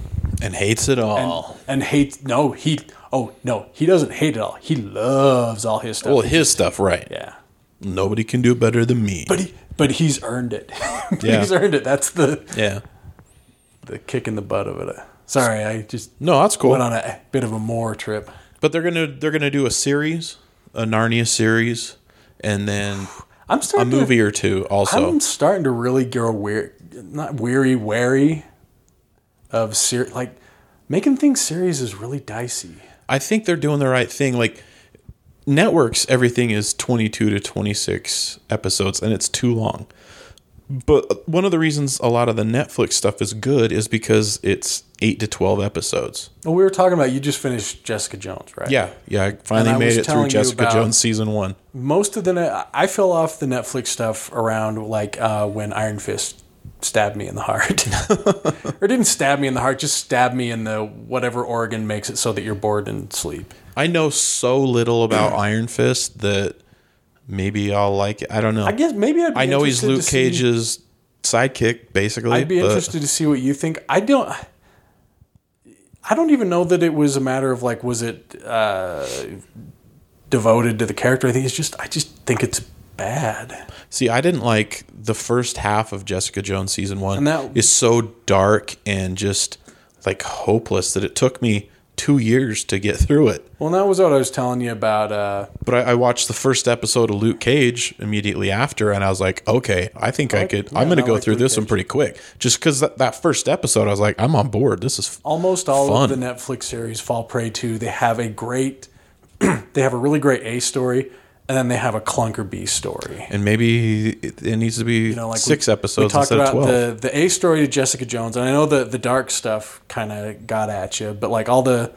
and hates it all. and hates. No, he. Oh no, he doesn't hate it all. He loves all his stuff. well, his stuff, right? yeah, Nobody can do better than me. but he, but he's earned it. (laughs) But Yeah. He's earned it. That's the yeah, the kick in the butt of it. Sorry, I just no, that's cool. went on a bit of a more trip. But they're gonna they're gonna do a series, a Narnia series, and then I'm a starting to- movie or two also. I'm starting to really grow weird, not weary, wary of ser- like making things serious is really dicey. I think they're doing the right thing. Like networks, everything is 22 to 26 episodes, and it's too long. But one of the reasons a lot of the Netflix stuff is good is because it's eight to 12 episodes. Well, we were talking about you just finished Jessica Jones, right? Yeah, yeah. I And I finally was made it telling through you Jessica about- Jones season one. Most of the net, I fell off the Netflix stuff around like uh, when Iron Fist stabbed me in the heart, (laughs) or didn't stab me in the heart, just stabbed me in the whatever organ makes it so that you're bored and sleep. I know so (clears throat) little about Iron Fist that maybe I'll like it. I don't know. I I, guess maybe I'd be know he's interested to Luke see- Cage's sidekick, basically. I'd be but- interested to see what you think. I don't. I don't even know that it was a matter of like, was it uh, devoted to the character? I think it's just. I just think it's bad. See, I didn't like the first half of Jessica Jones season one. And that- is so dark and just like hopeless that it took me two years to get through it. Well, that was what I was telling you about. Uh, But I, I watched the first episode of Luke Cage immediately after, and I was like, okay, I think I could. I'm going I to go like through Luke this one pretty quick, just because that, that first episode, I was like, I'm on board. This is f- almost all Fun. of the Netflix series fall prey to. They have a great. (clears throat) they have a really great A story, and then they have a clunker B story. and maybe it, it needs to be You know, like six we, episodes We talked instead of about twelve. the the A story to Jessica Jones, and I know the the dark stuff kind of got at you, but like all the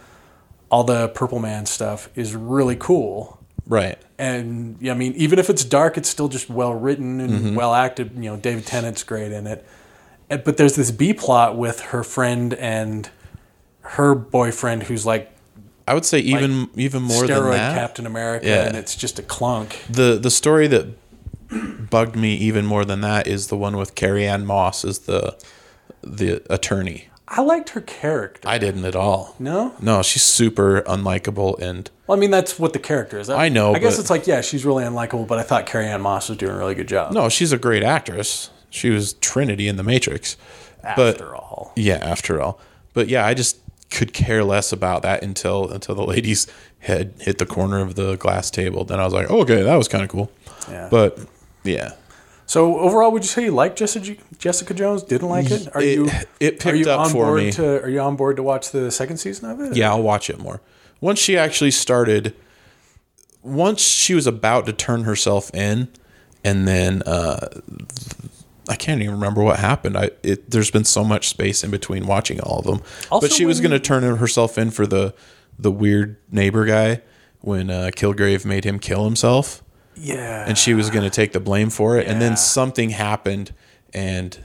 all the Purple Man stuff is really cool. right. And yeah, I mean, even if it's dark, it's still just well written and Mm-hmm. well acted. You know, David Tennant's great in it. And- But there's this B plot with her friend and her boyfriend, who's like I would say even even more than steroid that. Captain America, Yeah. and it's just a clunk. the the story that bugged me even more than that is the one with Carrie Ann Moss as the the attorney. I liked her character. I didn't at all. No, No, she's super unlikable and Well, I mean, that's what the character is. I know, I guess but- it's like, yeah, she's really unlikable, but I thought Carrie Ann Moss was doing a really good job. no, she's a great actress. She was Trinity in The Matrix. after but all, yeah, after all. But yeah, I just could care less about that until until the lady's head hit the corner of the glass table. Then I was like, okay, that was kind of cool. Yeah. But yeah, so overall, would you say you liked Jessica Jessica Jones? Didn't like it? Are it, you it picked are you up on for board me. to Are you on board to watch the second season of it? Yeah, I'll watch it more. Once she actually started, once she was about to turn herself in, and then uh, I can't even remember what happened. I it, there's been so much space in between watching all of them, Also, but she was when- going to turn herself in for the the weird neighbor guy when uh, Kilgrave made him kill himself, yeah. and she was going to take the blame for it. And Yeah. then something happened, and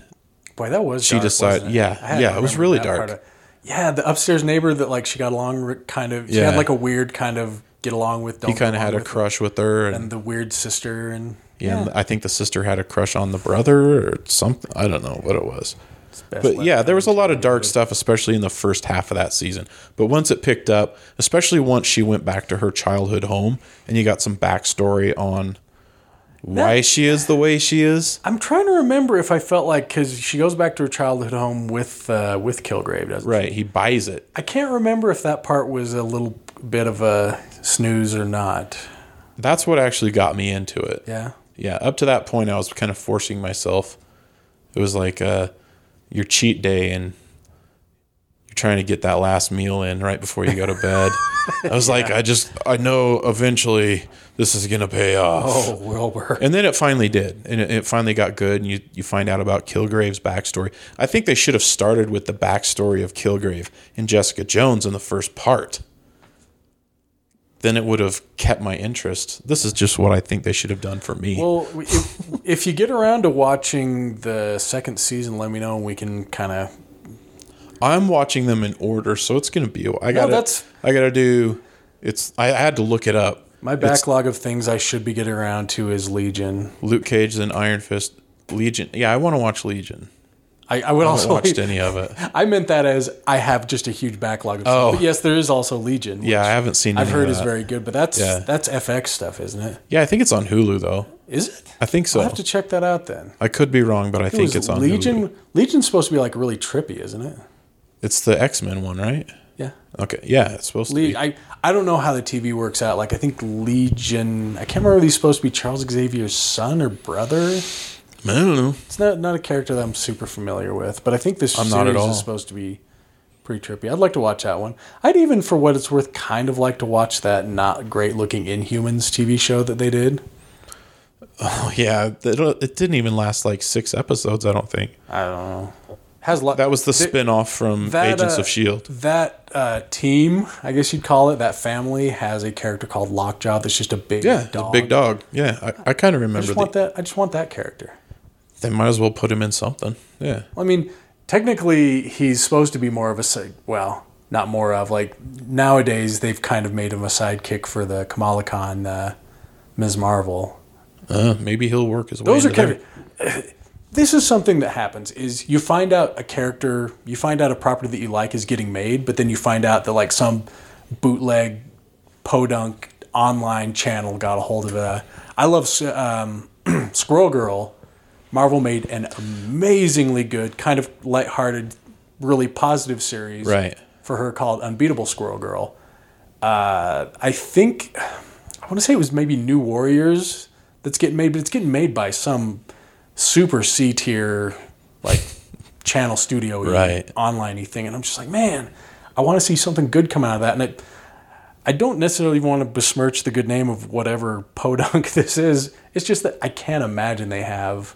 boy, that was she dark, decided- wasn't it? yeah, I had to yeah, it was remember really that dark. part of- yeah, the upstairs neighbor that like she got along re- kind of. She Yeah. had like a weird kind of get along with. Don't he kind of had a crush. crush with her, and and the weird sister and Yeah, and I think the sister had a crush on the brother or something. I don't know what it was. best But left yeah, there was a lot of dark stuff, especially in the first half of that season. But once it picked up, especially once she went back to her childhood home, and you got some backstory on why she is the way she is. I'm trying to remember if I felt like because she goes back to her childhood home with uh, with Kilgrave, doesn't she? Right, he buys it. I can't remember if that part was a little bit of a snooze or not. That's what actually got me into it. Yeah, Yeah, up to that point, I was kind of forcing myself. It was like uh, your cheat day, and you're trying to get that last meal in right before you go to bed. I was like, I just, I know eventually this is going to pay off. (laughs) Oh, Wilbur. And then it finally did, and it, it finally got good, and you, you find out about Kilgrave's backstory. I think they should have started with the backstory of Kilgrave and Jessica Jones in the first part. Then it would have kept my interest. This is just what I think they should have done for me. Well, we- if, if you get around to watching the second season, let me know and we can kind of. I'm watching them in order, so it's gonna be. I got. that's- to I got to do. It's. I had to look it up. My backlog of things I should be getting around to is Legion. Luke Cage, then Iron Fist, Legion. Yeah, I want to watch Legion. I, I would (laughs) I haven't also. watched any of it. I meant that as I have just a huge backlog of stuff. Oh. But yes, there is also Legion. Yeah, I which haven't seen. I've any of heard is that. very good, but that's Yeah. that's FX stuff, isn't it? Yeah, I think it's on Hulu though. Is it? I think so. I'll have to check that out then. I could be wrong, but I think Was it's on Hulu. Legion. Legion's supposed to be like really trippy, isn't it? It's the X Men one, right? Yeah. Okay. Yeah, it's supposed Le- to be. I, I don't know how the TV works out. Like I think Legion. I can't remember if he's supposed to be Charles Xavier's son or brother. I don't know. It's not not a character that I'm super familiar with, but I think this I'm series not at all. is supposed to be pretty trippy. I'd like to watch that one. I'd even, for what it's worth, kind of like to watch that not great looking Inhumans TV show that they did. Oh, yeah, it, it didn't even last like six episodes. I don't think I don't know. Has lo- that was the Th- spin off from that, Agents uh, of Shield. That uh, team, I guess you'd call it, that family has a character called Lockjaw that's just a big Yeah, the dog. big dog. Yeah, I, I kind of I remember just the, want that. I just want that character. They might as well put him in something. Yeah. I mean, technically, he's supposed to be more of a side. Well, not more of like nowadays they've kind of made him a sidekick for the Kamala Khan, uh, Ms. Marvel. Uh, maybe he'll work his way. Those are into kind there. of. (sighs) This is something that happens: is you find out a character, you find out a property that you like is getting made, but then you find out that like some bootleg, podunk online channel got a hold of a. I love um, (clears throat) Squirrel Girl. Marvel made an amazingly good, kind of lighthearted, really positive series Right. for her called Unbeatable Squirrel Girl. Uh, I think I want to say it was maybe New Warriors that's getting made, but it's getting made by some super C tier like channel studio Right. online thing, and I'm just like, man, I want to see something good come out of that, and it. I don't necessarily want to besmirch the good name of whatever (laughs) podunk this is. It's just that I can't imagine they have.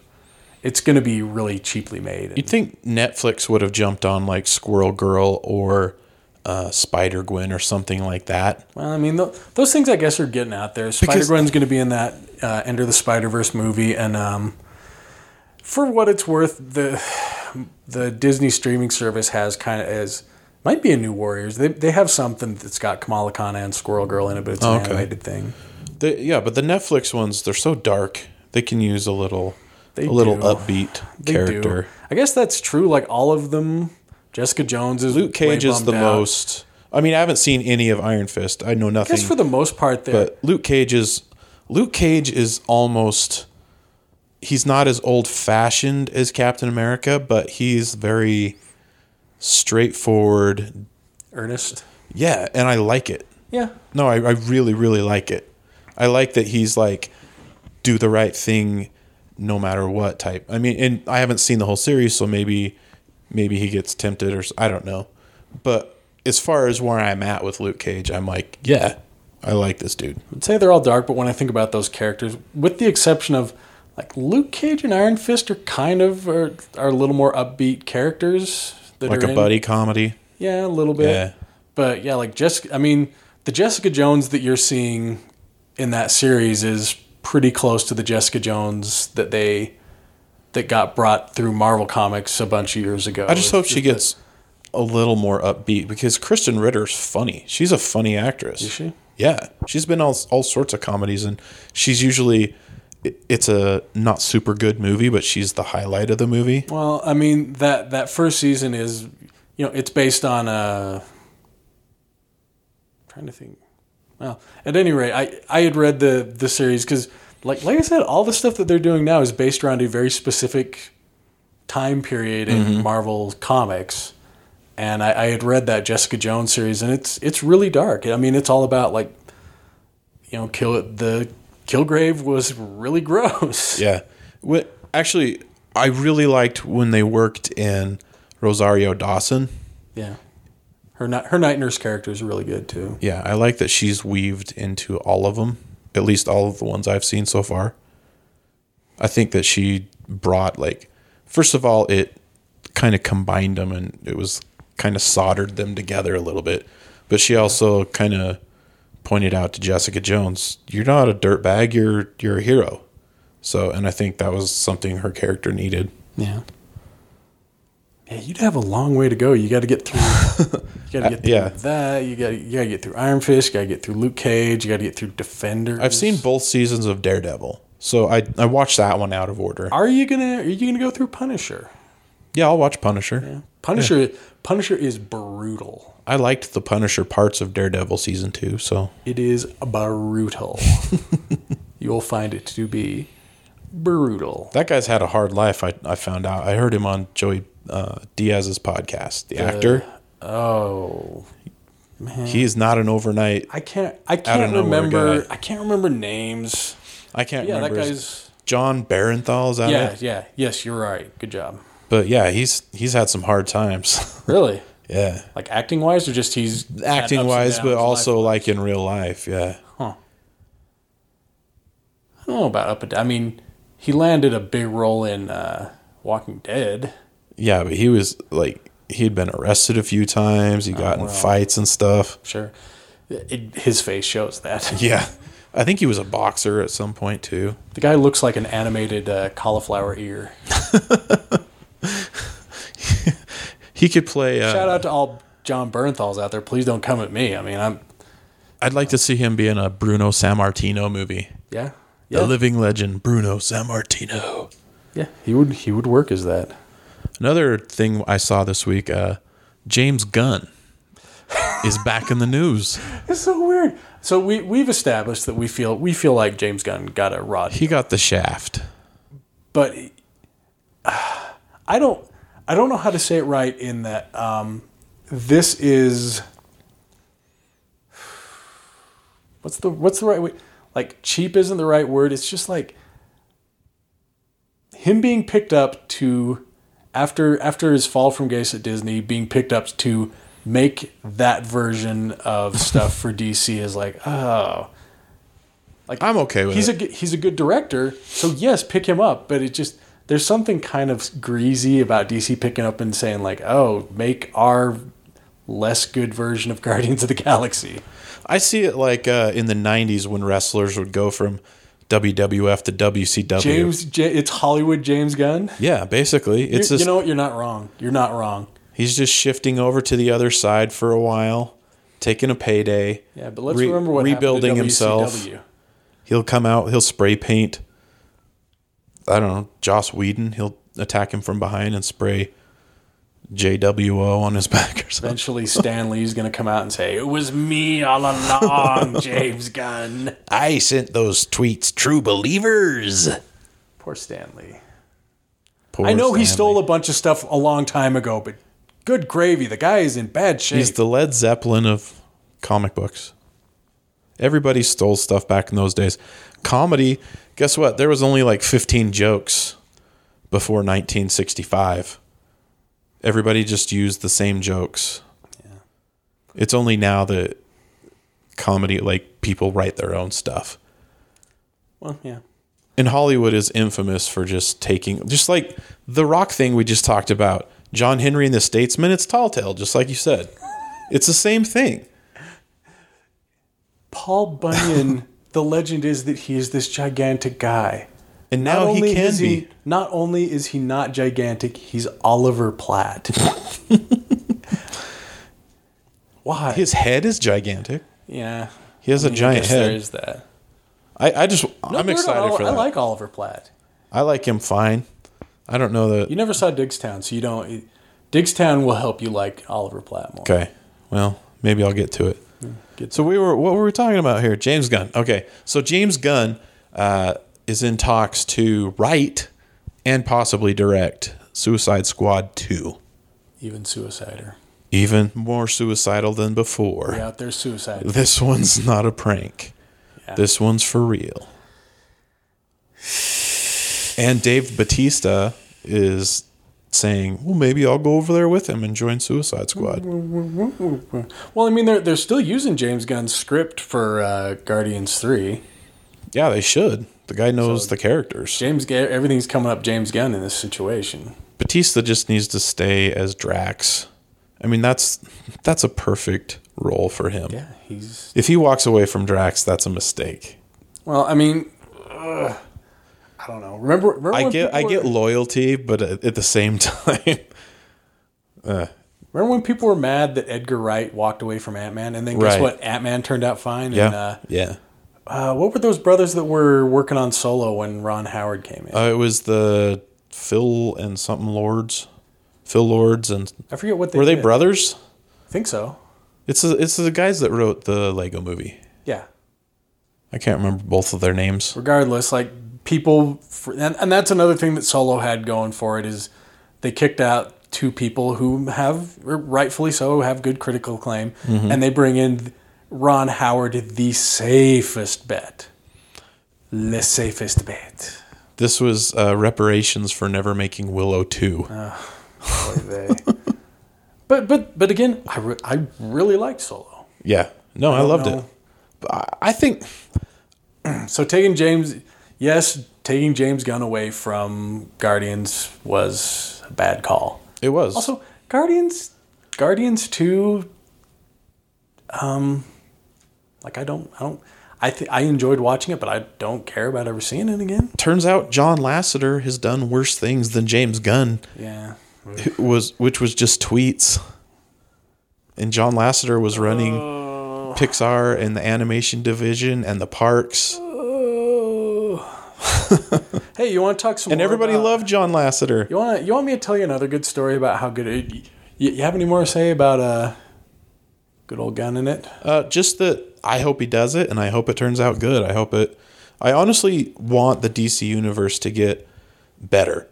It's going to be really cheaply made. You'd think Netflix would have jumped on like Squirrel Girl or uh, Spider Gwen or something like that. Well, I mean, th- those things I guess are getting out there. Spider Gwen's going to be in that uh, Enter the Spider Verse movie, and um, for what it's worth, the the Disney streaming service has kind of as might be a New Warriors. They they have something that's got Kamala Khan and Squirrel Girl in it, but it's an Okay. animated thing. The, yeah, but the Netflix ones they're so dark. They can use a little, They a little do. upbeat They character. do. I guess that's true. Like all of them, Jessica Jones is Luke Cage way is the bummed out. most. I mean, I haven't seen any of Iron Fist. I know I nothing. guess for the most part, there. but Luke Cage is Luke Cage is almost he's not as old fashioned as Captain America, but he's very straightforward. Ernest. Yeah, and I like it. Yeah, No, I, I really, really like it. I like that he's like do the right thing no matter what type. I mean, and I haven't seen the whole series, so maybe maybe he gets tempted or s- I don't know. But as far as where I'm at with Luke Cage, I'm like, yeah, I like this dude. I'd say they're all dark, but when I think about those characters, with the exception of like Luke Cage and Iron Fist are kind of are, are a little more upbeat characters. That Like are a in- buddy comedy. Yeah, a little bit. Yeah. But yeah, like Jessica, I mean, the Jessica Jones that you're seeing in that series is pretty close to the Jessica Jones that they that got brought through Marvel Comics a bunch of years ago. I just hope she gets a little more upbeat because Kristen Ritter's funny. She's a funny actress. Is she? Yeah, she's been all all sorts of comedies, and she's usually it- it's a not super good movie, but she's the highlight of the movie. Well, I mean that that first season is, you know, it's based on a. Trying to think. Well, at any rate, I I had read the the series because, like like I said, all the stuff that they're doing now is based around a very specific time period in Marvel comics, and I, I had read that Jessica Jones series, and it's it's really dark. I mean, it's all about like, you know, kill the Kilgrave was really (laughs) gross. Yeah. Wh- Actually, I really liked when they worked in Rosario Dawson. yeah. Her night her night nurse character is really good too. Yeah, I like that she's weaved into all of them, at least all of the ones I've seen so far. I think that she brought like first of all it kind of combined them and it was kind of soldered them together a little bit. But she also kind of pointed out to Jessica Jones, you're not a dirtbag, you're you're a hero. So, and I think that was something her character needed. Yeah. Yeah, you'd have a long way to go. You got to get through. You (laughs) got to get through Uh, yeah. that. You got you got to get through Iron Fist. You got to get through Luke Cage. You got to get through Defender. I've seen both seasons of Daredevil. So I I watched that one out of order. Are you gonna Are you gonna go through Punisher? Yeah, I'll watch Punisher. Punisher. Punisher is brutal. I liked the Punisher parts of Daredevil season two, so It is (laughs) brutal. You'll find it to be brutal. that guy's had a hard life. I, I found out. I heard him on Joey uh, Diaz's podcast. The actor, Oh, he is not an overnight. I can't. I can't nowhere remember. guy. I can't remember names. I can't Yeah, that remember. his- guy's- John Barenthal's out. Yeah, it. yeah, yes, you're right. Good job. But yeah, he's he's had some hard times. (laughs) Really, yeah, like acting wise, or just he's had ups acting and wise, downs but in life? also like in real life. Yeah, I don't know about up and down. I mean, he landed a big role in uh, Walking Dead. yeah. But he was like he had been arrested a few times. He Oh, got in fights and stuff. Sure, it, his face shows that. Yeah, I think he was a boxer at some point too. The guy looks like an animated uh, cauliflower ear. He could play. Uh, Shout out to all John Bernthals out there. Please don't come at me. I mean, I'm I'd like to see him be in a Bruno Sammartino movie. yeah, The yeah, living legend Bruno Sammartino. yeah. He would he would work as that. Another thing I saw this week, uh, James (laughs) Gunn is back in the news. It's so weird. So we we've established that we feel we feel like James Gunn got a rod, He got the shaft. but (sighs) I don't I don't know how to say it right. In that um, this is (sighs) what's the what's the right way? Like cheap isn't the right word. It's just like him being picked up to after after his fall from grace at Disney, being picked up to make that version of stuff for DC is like oh. I'm okay with he's a it. good- he's a good director, so yes, pick him up. But it just there's something kind of greasy about DC picking up and saying like, oh, make our less good version of Guardians of the Galaxy. I see it like uh, in the 90s when wrestlers would go from WWF to WCW. James, J- it's Hollywood James Gunn. Yeah, basically. It's you just, know what? You're not wrong. You're not wrong. he's just shifting over to the other side for a while, taking a payday. Yeah, but let's re- remember what happened rebuilding to himself. WCW. He'll come out. He'll spray paint. I don't know, Joss Whedon. He'll attack him from behind and spray JWO on his (laughs) back or (laughs) something. Eventually, Stan Lee's going to come out and say, It was me all (laughs) along, James Gunn. I sent those tweets, true believers. Poor Stan Lee. I know he stole a bunch of stuff a long time ago, but good gravy, the guy is in bad shape. He's the Led Zeppelin of comic books. Everybody stole stuff back in those days. Comedy, guess what? There was only like 15 jokes before 1965. Everybody just used the same jokes. It's only now that comedy, like people write their own stuff. well, yeah. And Hollywood is infamous for just taking, just like the rock thing we just talked about. John Henry and the Statesman, it's Tall Tale, just like you said. It's the same thing. Paul (laughs) Bunyan, the legend is that he is this gigantic guy. And now Oh, he can is be. he not only is he not gigantic, he's Oliver (laughs) Platt. Why? His head is gigantic. yeah. He has a I giant guess There head. is that. I, I just I'm No, excited Oli- for that. I like Oliver Platt. him fine. I don't know that. You never saw Digstown, so you don't. Digstown will help you like Oliver Platt more. Okay. Well, maybe I'll get to it. get so we were what were we talking about here? James Gunn. Okay. So James Gunn uh, is in talks to write and possibly direct Suicide Squad 2. Even Suicider. Even more suicidal than before. You're out there, Suicide. This one's not a prank. Yeah. This one's for real. And Dave Batista is saying, "Well, maybe I'll go over there with him and join Suicide Squad." Well, I mean, they're they're still using James Gunn's script for uh, Guardians Three. Yeah, they should. The guy knows the characters. James, Ga- everything's coming up James Gunn in this situation. Batista just needs to stay as Drax. I mean, that's that's a perfect role for him. Yeah, he's If he walks away from Drax, that's a mistake. well. I mean, ugh, I don't know. Remember, remember I when get I people get were- loyalty, but at at the same (laughs) time, Remember when people were mad that Edgar Wright walked away from Ant Man, and then guess Right. what? Ant Man turned out fine. yeah, And, uh, yeah. uh, what were those brothers that were working on Solo when Ron Howard came in? Uh, it was the Phil and something Lords, Phil Lords, and I forget what they were they did. brothers? I think so. It's the it's the guys that wrote the Lego Movie. Yeah. I can't remember both of their names. regardless like people fr- and, and that's another thing that solo had going for it is they kicked out two people who have rightfully so have good critical acclaim and they bring in ron howard the safest bet the safest bet This was uh, reparations for never making Willow two. Uh, Boy, they- (laughs) but but but again i, re- I really liked solo yeah, no, I, loved know. it. But I- I think so taking james yes taking james gunn away from guardians was a bad call it was. Also, Guardians, Guardians two. Um, like I don't, I don't, I th- I enjoyed watching it, but I don't care about ever seeing it again. Turns out John Lasseter has done worse things than James Gunn. Yeah, who was which was just tweets. And John Lasseter was running Oh. Pixar and the animation division and the parks. (laughs) hey, you want to talk some? And more everybody about- loved John Lasseter. You want to? You want me to tell you another good story about how good? It, you, you have any more to say about uh, good old gun in it? Uh, just that I hope he does it and I hope it turns out good. I hope it I honestly want the DC universe to get better.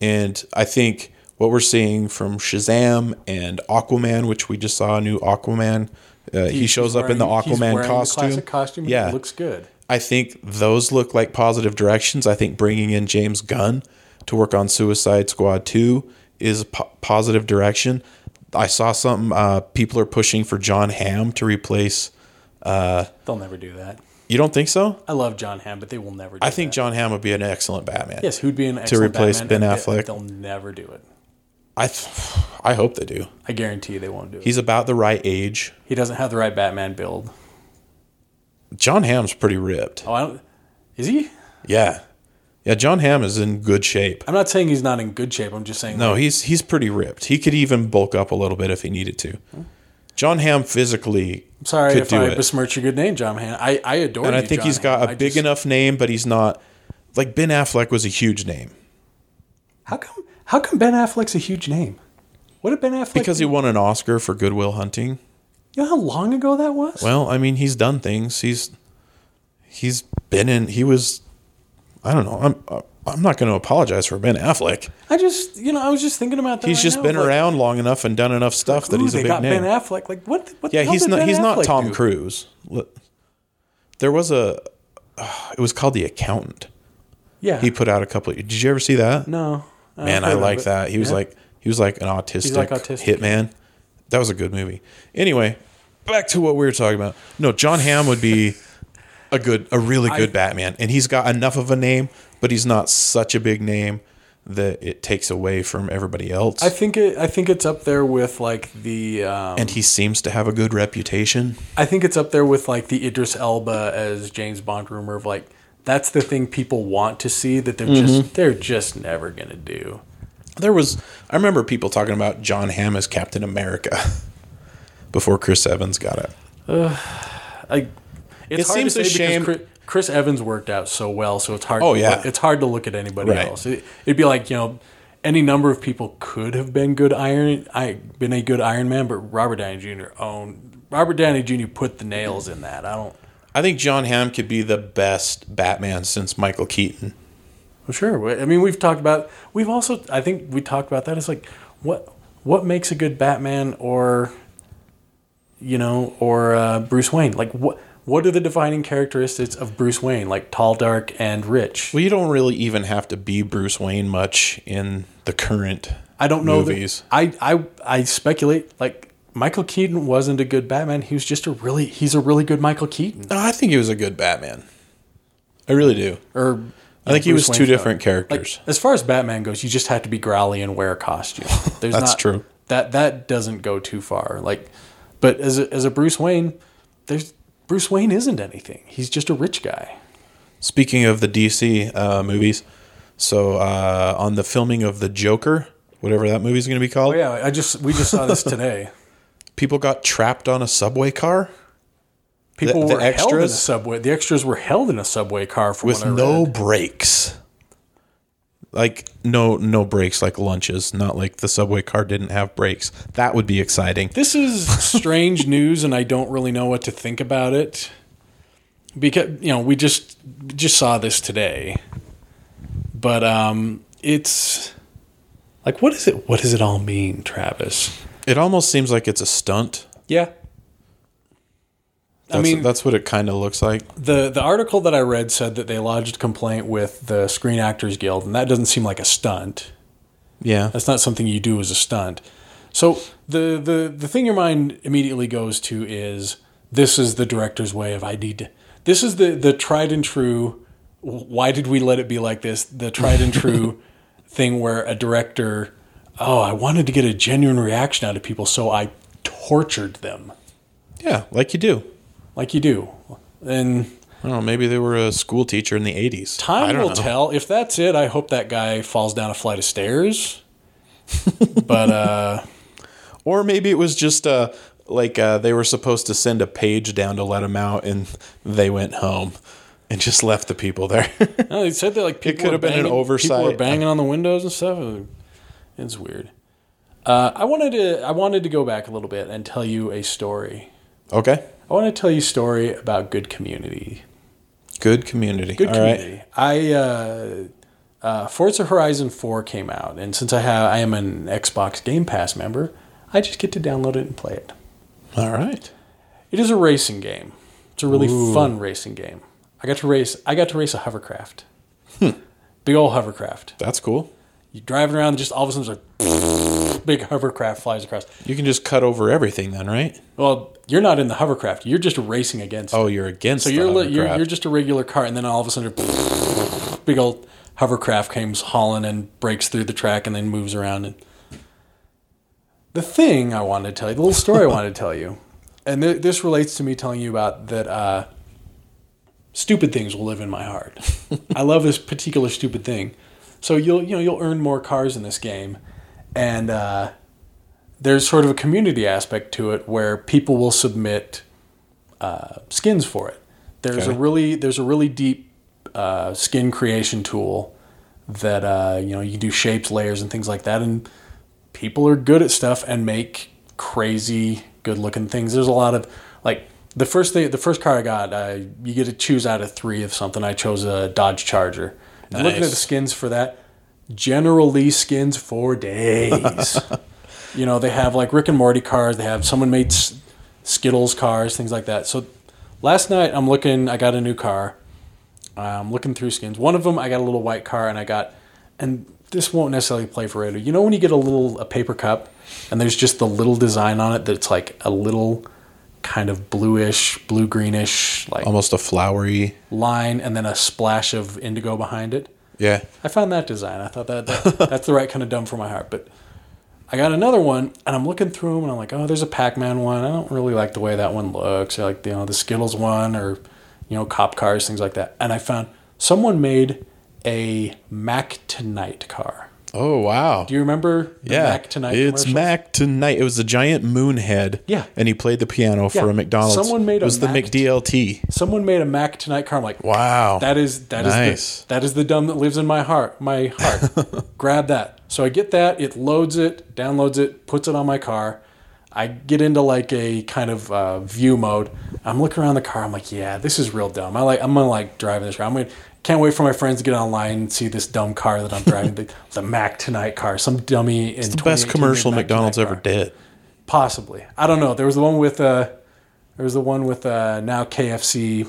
And I think what we're seeing from Shazam and Aquaman, which we just saw a new Aquaman, uh, he, shows up in the He's wearing- Aquaman he's wearing the costume. classic costume. Yeah. it looks good. I think those look like positive directions. I think bringing in James Gunn to work on Suicide Squad 2 is po- positive direction. I saw something uh, people are pushing for John Hamm to replace. They'll never do that. You don't think so? I love John Hamm, but they will never. do I think John Hamm would be an excellent Batman. yes, who'd be an to excellent replace Batman, Ben and they- Affleck. They'll never do it. I th- I hope they do. I guarantee you they won't do it. He's about the right age. He doesn't have the right Batman build. John Hamm's pretty ripped. Oh, I don't, is he? Yeah. Yeah, John Hamm is in good shape. I'm not saying he's not in good shape. I'm just saying. No, he's he's pretty ripped. He could even bulk up a little bit if he needed to. John Hamm physically I'm sorry could if do I it. besmirch your good name, John Han. I, I adore and you, I think John he's got Han. a I big just- enough name, but he's not like Ben Affleck was a huge name How come? How come Ben Affleck's a huge name? What did Ben Affleck? because he won an Oscar for Goodwill Hunting. you know how long ago that was. Well, I mean, he's done things. He's he's been in. He was. I don't know. I'm uh, I'm not going to apologize for Ben Affleck. I just you know Oh, I was just thinking about that. He's right just now. been Like, around long enough and done enough stuff that ooh, he's a they big got name. Ben Affleck. Like what? what the yeah, hell he's did not. Ben He's not Affleck Tom do? Cruise. Look, There was a. uh, It was called The Accountant. Yeah. He put out a couple. Did you ever see that? no. I've Man, I heard of like it. that. He was Yeah. like he was like an autistic, like autistic. hitman. That was a good movie. Anyway, back to what we were talking about. No, John Hamm would be a good, a really good Batman, and he's got enough of a name, but he's not such a big name that it takes away from everybody else. I think it. I think it's up there with like the. Um, and he seems to have a good reputation. I think it's up there with like the Idris Elba as James Bond rumor of like that's the thing people want to see that they're Mm-hmm. just they're just never gonna do. There was, I remember people talking about John Hamm as Captain America (laughs) before Chris Evans got it. Like it's It seems a shame- Chris, Chris Evans worked out so well, so it's hard. Oh, to yeah. look, it's hard to look at anybody Right. else. It, it'd be like you know. Any number of people could have been good Iron, I been a good Iron Man, but Robert Downey Jr. owned Robert Downey Jr. put the nails in that. I don't. I think John Hamm could be the best Batman since Michael Keaton. Well, sure. We- I mean, we've talked about. We've also. I think we talked about that. It's like what what makes a good Batman or you know or uh, Bruce Wayne. Like what What are the defining characteristics of Bruce Wayne, like tall, dark, and rich? Well, you don't really even have to be Bruce Wayne much in the current. I don't know. that- movies. I, I I speculate like Michael Keaton wasn't a good Batman. He was just a really he's a really good Michael Keaton. No, I think he was a good Batman. I really do. Or I think he was two different characters. As far as Batman goes, you just have to be growly and wear a (laughs) costume. There's That's not- true. That that doesn't go too far. Like, but as a, as a Bruce Wayne, there's Bruce Wayne isn't anything. He's just a rich guy. Speaking of the DC uh, movies, so uh, on the filming of the Joker, whatever that movie's going to be called, But Oh, yeah, I just we just saw this today. people got trapped on a subway car People (laughs) The- the were held in a extras? subway. The extras were held in a subway car for with no brakes. Like no no brakes like lunches, not like the subway car didn't have brakes. That would be exciting. This is (laughs) strange news, and I don't really know what to think about it because you know we just just saw this today, but um, it's like what is it? What does it all mean, Travis? It almost seems like it's a stunt. Yeah, That's, I mean that's what it kind of looks like. the the article that I read said that they lodged a complaint with the Screen Actors Guild, and that doesn't seem like a stunt. Yeah. That's not something you do as a stunt. So the the the thing your mind immediately goes to is this is the director's way of I need. to- This is the the tried and true. Why did we let it be like this? The tried and (laughs) true thing where a director, oh, I wanted to get a genuine reaction out of people, so I tortured them Yeah, like you do. like you do. And I don't know, maybe they were a school teacher in the 80s. I time don't will know. tell. If that's it, I hope that guy falls down a flight of stairs. (laughs) but uh, Or maybe it was just uh, like uh, they were supposed to send a page down to let him out, and they went home and just left the people there. (laughs) No, they said that like people could were have been an banging- People were oversight. banging on the windows and stuff. It's weird. Uh, I wanted to I wanted to go back a little bit and tell you a story. okay, I want to tell you a story about good community. good community. Good All right. community. I uh, uh, Forza Horizon Four came out, and since I have I am an Xbox Game Pass member, I just get to download it and play it. All right. It is a racing game. It's a really fun racing game. I got to race. I got to race a hovercraft. Hmm. Big old hovercraft. That's cool. You're driving around, just all of a sudden, there's a (laughs) big hovercraft flies across. You can just cut over everything then, right? Well, you're not in the hovercraft; you're just racing against. it. Oh, you're against. so the you're, li- you're hovercraft. you're just a regular car, and then all of a sudden, (laughs) a big old hovercraft comes hauling and breaks through the track, and then moves around. And the thing I wanted to tell you, the little story I wanted to tell you, and th- this relates to me telling you about that. Uh, stupid things will live in my heart. I love this particular stupid thing. So you'll you know you'll earn more cars in this game, and uh, there's sort of a community aspect to it where people will submit uh, skins for it. There's a Okay. really there's a really deep uh, skin creation tool that uh, you know you do shapes, layers, and things like that, and people are good at stuff and make crazy good looking things. There's a lot of like the first thing, the first car I got, uh, you get to choose out of three of something. I chose a Dodge Charger. And looking at Nice. the skins for that, General Lee skins for (laughs) days. you know, they have like Rick and Morty cars. They have someone made S- Skittles cars, things like that. So last night I'm looking. I got a new car. I'm looking through skins. One of them, I got a little white car, and I got, and this won't necessarily play for radio. You know when you get a little a paper cup, and there's just the little design on it that's like a little kind of bluish, blue greenish like almost a flowery. line, and then a splash of indigo behind it. Yeah. I found that design. I thought that, that (laughs) that's the right kind of dumb for my heart. But I got another one, and I'm looking through them, and I'm like, oh, there's a Pac-Man one. I don't really like the way that one looks. I like you know the Skittles one, or you know cop cars, things like that. And I found someone made a Mac Tonight car. Oh wow. Do you remember the yeah. Mac Tonight? It's commercial? Mac tonight. It was a giant moon head. Yeah. And he played the piano for Yeah. a McDonald's. Someone made a it was the Mac- McDLT. Someone made a Mac Tonight car. I'm like, Wow. That is that is Nice. the, that is the dumb that lives in my heart. My heart. (laughs) Grab that. So I get that. It loads it, downloads it, puts it on my car. I get into like a kind of uh, view mode. I'm looking around the car. I'm like, yeah, this is real dumb. I like. I'm gonna like driving this. Around. I'm gonna. Can't wait for my friends to get online and see this dumb car that I'm driving. (laughs) the, the Mac Tonight car. Some dummy in best commercial made Mac McDonald's Tonight ever car. did. Possibly. I don't know. There was the one with uh, There was the one with uh, now KFC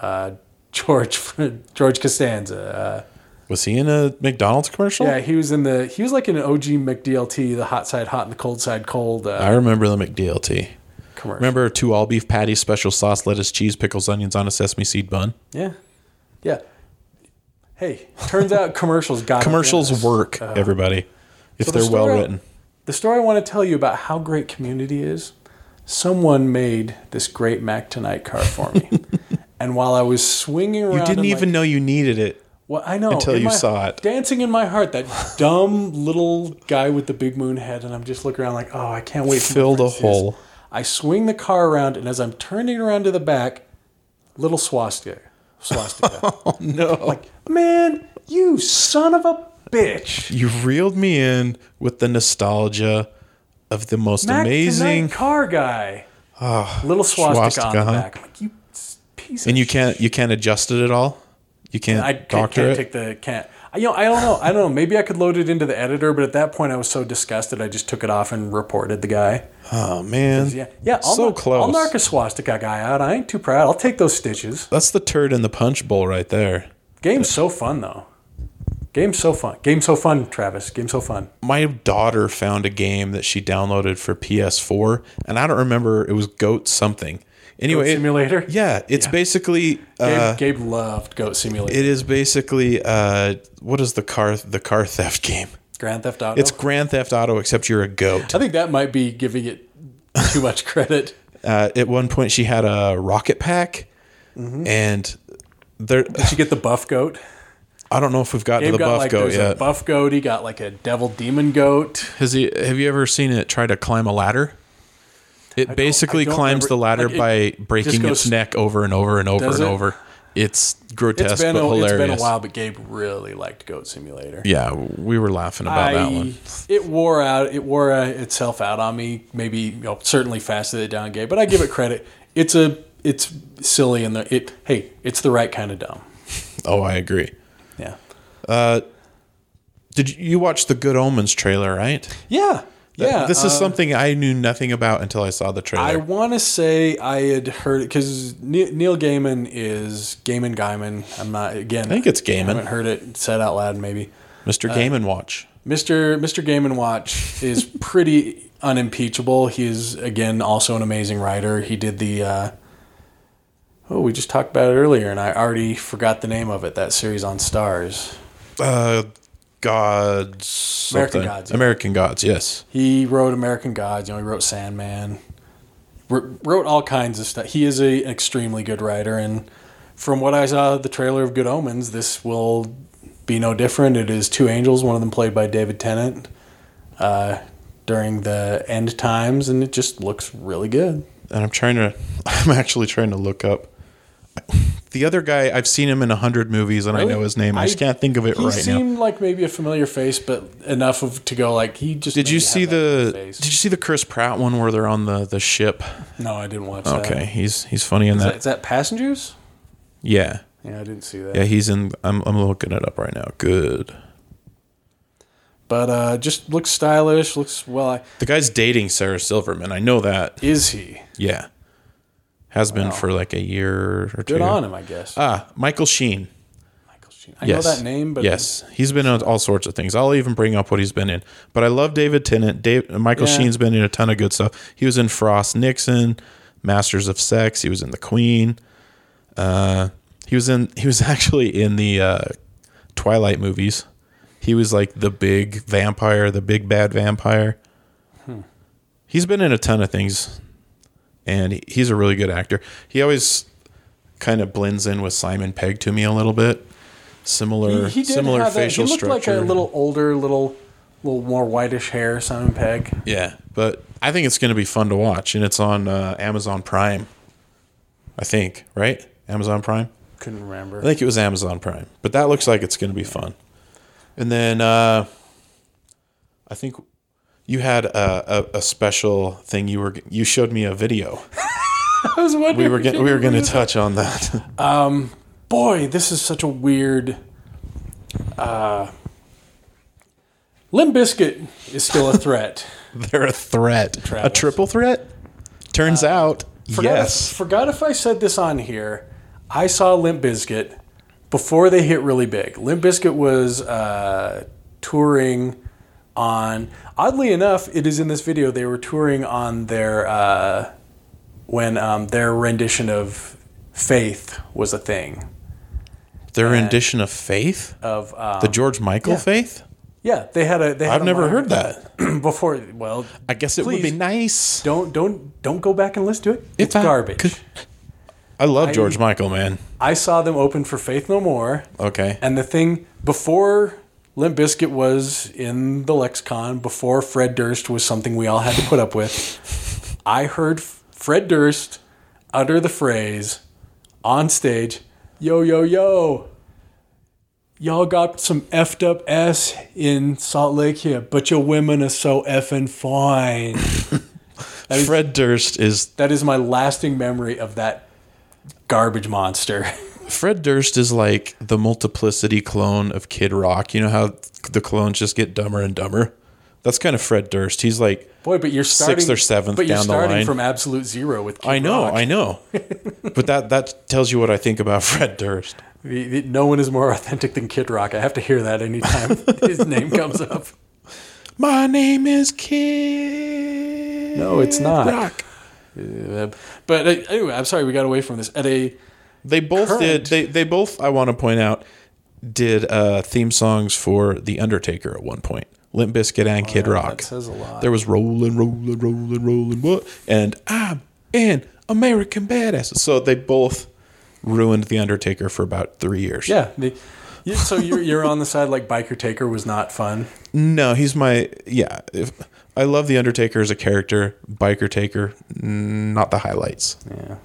uh, George (laughs) George Costanza. Was he in a McDonald's commercial? Uh, yeah, he was in the he was like in an OG McDLT, the hot side hot and the cold side cold uh, I remember the McDLT. commercial. Remember two all beef patties, special sauce, lettuce, cheese, pickles, onions on a sesame seed bun. Yeah, yeah. Hey, turns out commercials got up in us. Commercials work, everybody, if Uh, So the they're well story I- written. The story I want to tell you about how great community is. Someone made this great Mac Tonight card for (laughs) me, and while I was swinging around, You didn't in my- even know you needed it. Well, I know Until in you my- saw it. dancing in my heart. (sighs) That dumb little guy with the big moon head, and I'm just looking around like, oh, I can't wait. for my Fill the friends to see this." hole. I swing the car around, and as I'm turning around to the back, little swastika, (laughs) swastika. No. like, man, you son of a bitch! You reeled me in with the nostalgia of the most Mac amazing. Ah, Tonight car guy, little swastika, swastika, on the huh? back. I'm like, you s- piece. And of you can't you can't adjust it at all. You can't I c- can't, doctor it. take the can't. I- You know, I don't know. I don't know. Maybe I could load it into the editor, but at that point, I was so disgusted, I just took it off and reported the guy. oh man, Yeah, yeah. I'll so knock- I'll close. knock a swastika guy out. I ain't too proud. I'll take those stitches. That's the turd in the punch bowl right there. Game's so fun though. Game's so fun. Game's so fun, Travis. Game's so fun. My daughter found a game that she downloaded for PS4, and I don't remember. It was Goat something. Anyway, it- Simulator. yeah, it's basically Gabe, uh, Gabe loved Goat Simulator. it is basically uh, what is the car the car theft game? Grand Theft Auto. It's Grand Theft Auto except you're a goat. I think that might be giving it too much (laughs) credit. uh, at one point she had a rocket pack Mm-hmm. and there Did you get the buff goat? i don't know if we've gotten Gabe to the got buff like goat there's a yet buff goat. He got like a devil demon goat. has he have you ever seen it try to climb a ladder it basically I don't climbs the remember- ladder like, by it breaking just goes- its neck over and over and over Does and it? over it's grotesque It's been but a, hilarious it's been a while, but Gabe really liked Goat Simulator. yeah we were laughing about that one It wore out. It wore uh, itself out on me. Maybe you know, certainly faster than down gay, but I give it credit. It's a it's silly and the it. Hey, it's the right kind of dumb. oh i agree Yeah. did you, you watch the good omens trailer right Yeah. Yeah. this uh, is something i knew nothing about until i saw the I trailer want to say I had heard it because Neil Gaiman is Gaiman Gaiman. I'm not again. I think it's Gaiman. haven't heard it said out loud. Maybe mr Uh, game and watch Mr. Mr. Gaiman Watch is pretty unimpeachable. He is again also an amazing writer. He did the uh, oh we just talked about it earlier, and I already forgot the name of it. That series on Stars. uh gods American something. Gods, yeah. american gods yes He wrote American Gods. You know, he wrote Sandman. Wr- wrote all kinds of stuff. He is a, an extremely good writer, and from what I saw of the trailer of Good Omens, this will be no different. It is two angels, one of them played by David Tennant, uh, during the end times, and it just looks really good. and i'm trying to (laughs) i'm actually trying to look up the other guy i've seen him in a hundred movies and Really? i know his name i, just I- can't think of it He right now seemed like maybe a familiar face, but enough of to go like he just. did you maybe had see that the face. did you see the chris pratt one where they're on the the ship No, I didn't watch that. okay he's he's funny in Is that, that, is that passengers? yeah Yeah, I didn't see that. yeah he's in i'm, I'm looking it up right now good But uh, just looks stylish. Looks well. I, the guy's dating sarah silverman i know that Is he? yeah has been for like a year or two Good on him, I guess. ah michael sheen Michael Sheen. I know that name, but yes, he's been on all sorts of things. I'll even bring up what he's been in. But I love David Tennant. Dave, Michael Yeah. Sheen's been in a ton of good stuff. He was in Frost Nixon, Masters of Sex. He was in The Queen. Uh, he was in. He was (laughs) actually in the uh, Twilight movies. He was like the big vampire, the big bad vampire. Hmm. He's been in a ton of things, and he- he's a really good actor. He always kind of blends in with Simon Pegg to me a little bit. Similar, he, he did similar have that. He facial looked structure. like a little older, little, little more whitish hair. Simon Pegg. yeah, but I think it's going to be fun to watch, and it's on uh, Amazon Prime. I think, right? Amazon Prime. Couldn't remember. I think it was Amazon Prime, but that looks like it's going to be fun. And then uh, I think you had a, a, a special thing. You were you showed me a video. I was We wondering. were get, we (laughs) were going to touch on that. Boy, this is such a weird. Uh, Limp Biscuit is still a threat. (laughs) They're a threat. A Travis. Uh, triple threat. Turns out Forgot yes. If, forgot if I said this on here. I saw Limp Bizkit before they hit really big. Limp Bizkit was uh, touring on. Oddly enough, it is in this video they were touring on their uh, when um, their rendition of Faith was a thing Their rendition of Faith, of um, the George Michael yeah. Faith. yeah they had a they had I've a never live- heard that. (clears throat) before well I guess it would be Please. nice. don't don't don't go back and listen to it it's If I garbage could- I love George Michael, man. I saw them open for Faith No More Okay. And the thing before Limp Bizkit was in the lexicon, before Fred Durst was something we all had to put up with, I heard F- Fred Durst utter the phrase on stage, "Yo yo yo, y'all got some effed up ass in Salt Lake here, but your women are so effing fine." Fred Durst is that is my lasting memory of that garbage monster. Fred Durst is like the multiplicity clone of Kid Rock. You know how the clones just get dumber and dumber? That's kind of Fred Durst. He's like Boy, but you're starting or seventh but you're down the starting line. from absolute zero with. Kid I know, Rock. I (laughs) know. but that that tells you what I think about (laughs) Fred Durst. The, the, no one is more (laughs) authentic than Kid Rock. I have to hear that anytime (laughs) his name comes up. My name is Kid. No, it's not. Rock. Uh, But uh, anyway, I'm sorry we got away from this. At a They both Current. did they they both I want to point out did uh theme songs for The Undertaker at one point. Limp Bizkit and Kid Rock. that says a lot. There was rolling, rolling, rolling, rolling, what? And I'm an American badass. So they both ruined The Undertaker for about three years. yeah, the, you- so you're you're on the side like Biker Taker was not fun. No, he's my yeah. If, I love The Undertaker as a character. Biker Taker, n- not the highlights. Yeah,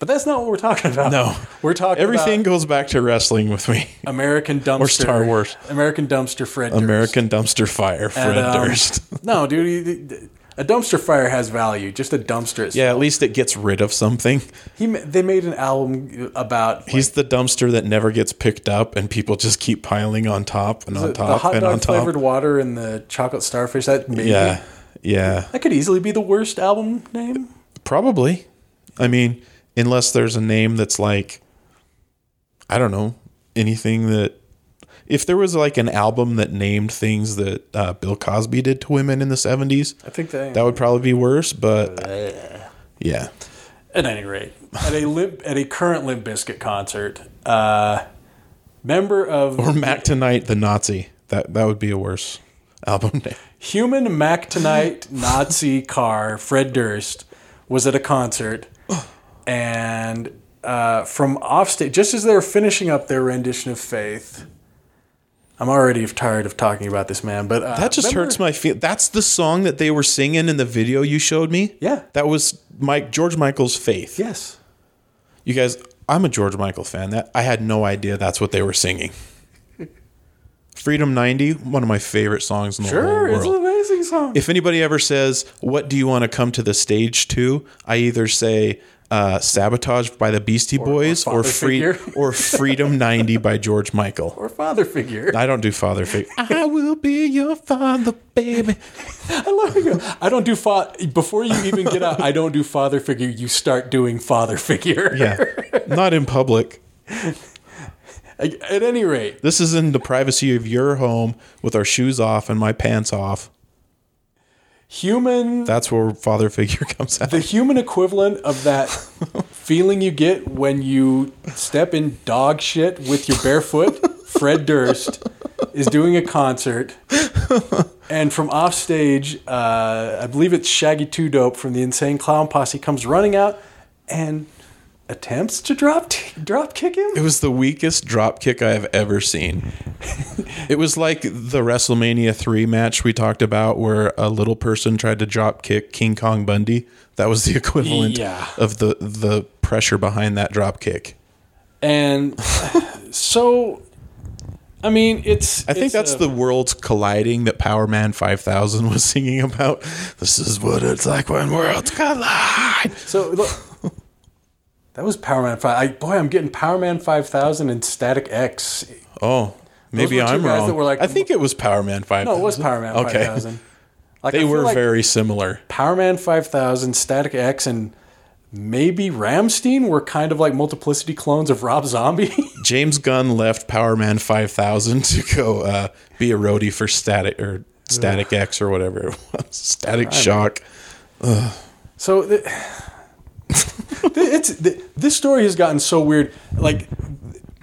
but that's not what we're talking about. No. we're talking Everything about goes back to wrestling with me. American dumpster Star Wars. American dumpster Fred Durst. American Dumpster Fire, Fred And, um, Durst. No, dude, you- you- a dumpster fire has value. Just a dumpster. Is, Yeah, at least it gets rid of something. he ma- they made an album about He's the dumpster that never gets picked up, and people just keep piling on top and on the, the top hot and on dog top. flavored water and the chocolate starfish. That maybe Yeah, yeah, that could easily be the worst album name. probably. I mean, unless there's a name that's like, I don't know, anything that. If there was like an album that named things that uh, Bill Cosby did to women in the '70s, I Uh, think that. that would probably be worse. But yeah, at any rate, (laughs) at a limp, at a current Limp Biscuit concert, uh, member of or Mac Tonight, the Nazi. That that would be a worse album (laughs) name. Human Mac Tonight Nazi Car Fred Durst was at a concert, and uh, from offstage, just as they were finishing up their rendition of Faith. I'm already tired of talking about this man, but uh, That just remember- hurts my feel. That's the song that they were singing in the video you showed me. Yeah. that was Mike George Michael's "Faith." Yes, You guys, I'm a George Michael fan. That I had no idea that's what they were singing. Freedom 90, one of my favorite songs in the sure, whole it's an world. amazing song. If anybody ever says, "What do you want to come to the stage to?" I either say uh, "Sabotage" by the Beastie Boys or, Father free, Figure. (laughs) or "Freedom 90" by George Michael. (laughs) or father figure. I don't do father (laughs) figure. I will be your father, baby. I love you. I don't do fa- before you even get out. I don't do father figure. You start doing father figure. (laughs) Yeah. (laughs) Not in public. At any rate, This is in the privacy of your home with our shoes off and my pants off. human That's where father figure (laughs) comes out. the human equivalent of that feeling you get when you step in dog shit with your bare foot. Fred Durst is doing a concert, and from offstage, uh, I believe it's Shaggy Two Dope from the Insane Clown Posse comes running out and attempts to drop t- drop kick him. It was the weakest drop kick I have ever seen. (laughs) it was like the WrestleMania 3 match we talked about where a little person tried to drop kick King Kong Bundy. That was the (laughs) equivalent Yeah. of the the pressure behind that drop kick. And so, I mean, it's. I think that's the world's colliding that Power Man 5000 (laughs) was singing about. This is what it's like when worlds collide. So look, (laughs) that was Power Man Five. I, boy, I'm getting Power Man Five Thousand and Static X. Oh, maybe were two I'm guys wrong. that were like- I think it was Power Man 5000. No, it was Power Man Okay. Five Thousand. Like I They feel were like very similar. Power Man Five Thousand, Static X, and maybe Ramstein were kind of like multiplicity clones of Rob Zombie. (laughs) James Gunn left Power Man 5000 (laughs) to go uh, be a roadie for Static or Static X or whatever it was. (laughs) Static Shock. So (sighs) th- th- it's th- this story has gotten so weird. Like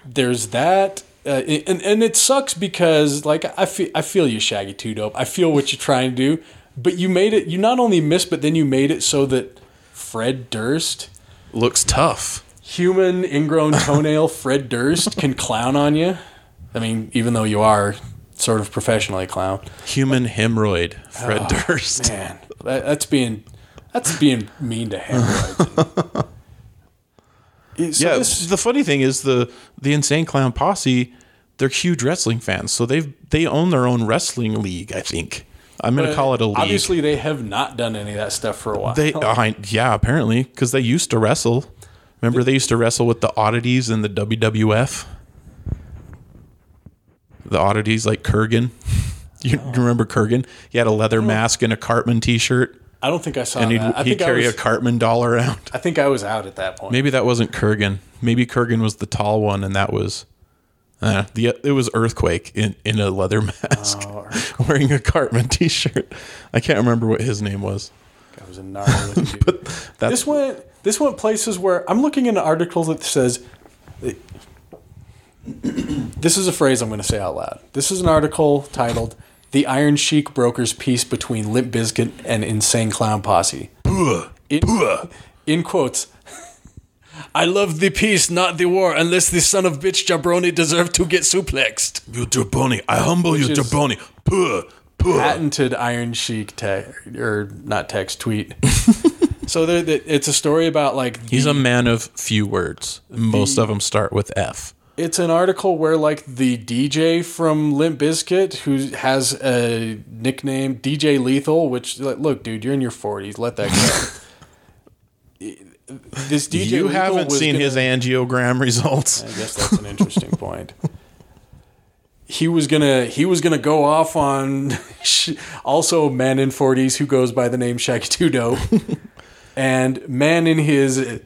there's that, uh, and and it sucks because like I feel I feel you, Shaggy Two Dope. I feel what you're trying to do, but you made it. You not only missed, but then you made it so that Fred Durst, Looks tough. human ingrown toenail Fred Durst, can clown on you. I mean, even though you are sort of professionally a clown, Human hemorrhoid. Fred Durst. Oh, man, that, that's being that's being mean to him. (laughs) right? Yeah, so (laughs) yeah, this- the funny thing is the the Insane Clown Posse, they're huge wrestling fans, so they've they own their own wrestling league. I think I'm going to call it a league. Obviously, they have not done any of that stuff for a while. they I, yeah, apparently because they used to wrestle. Remember, they used to wrestle with the oddities in the WWF. The oddities like Kurgan. (laughs) You remember Kurgan? He had a leather mask and a Cartman T-shirt, I don't think I saw and he'd, that. Uh, I he'd think I, carry was, a Cartman doll around. (laughs) I think I was out at that point. Maybe that wasn't Kurgan. Maybe Kurgan was the tall one, and that was uh, the it was earthquake in in a leather (laughs) mask, Oh, wearing a Cartman T-shirt. I can't remember what his name was. I was a gnarly looking dude. That's this went this went places where I'm looking at an article that says (clears throat) this is a phrase I'm going to say out loud. This is an article titled "The Iron Sheik Brokers Peace Between Limp Bizkit and Insane Clown Posse." In, in quotes. I love the peace, not the war, unless the son of bitch Jabroni deserved to get suplexed. you jabroni. I humble you, is- jabroni. Puh, puh. patented Iron Sheik text or not text (laughs) tweet. so there, there- it's a story about like He's a man of few words. Most of them start with F. it's an article where like the DJ from Limp Bizkit who has a nickname DJ Lethal, which like, look, dude, you're in your 40s, let that go. (laughs) this DJ you Lethal haven't was seen gonna- his angiogram (laughs) results. I guess that's an interesting (laughs) point. He was gonna he was gonna go off on (laughs) sh- also man in forties who goes by the name Shaggy Two Dope, and man in his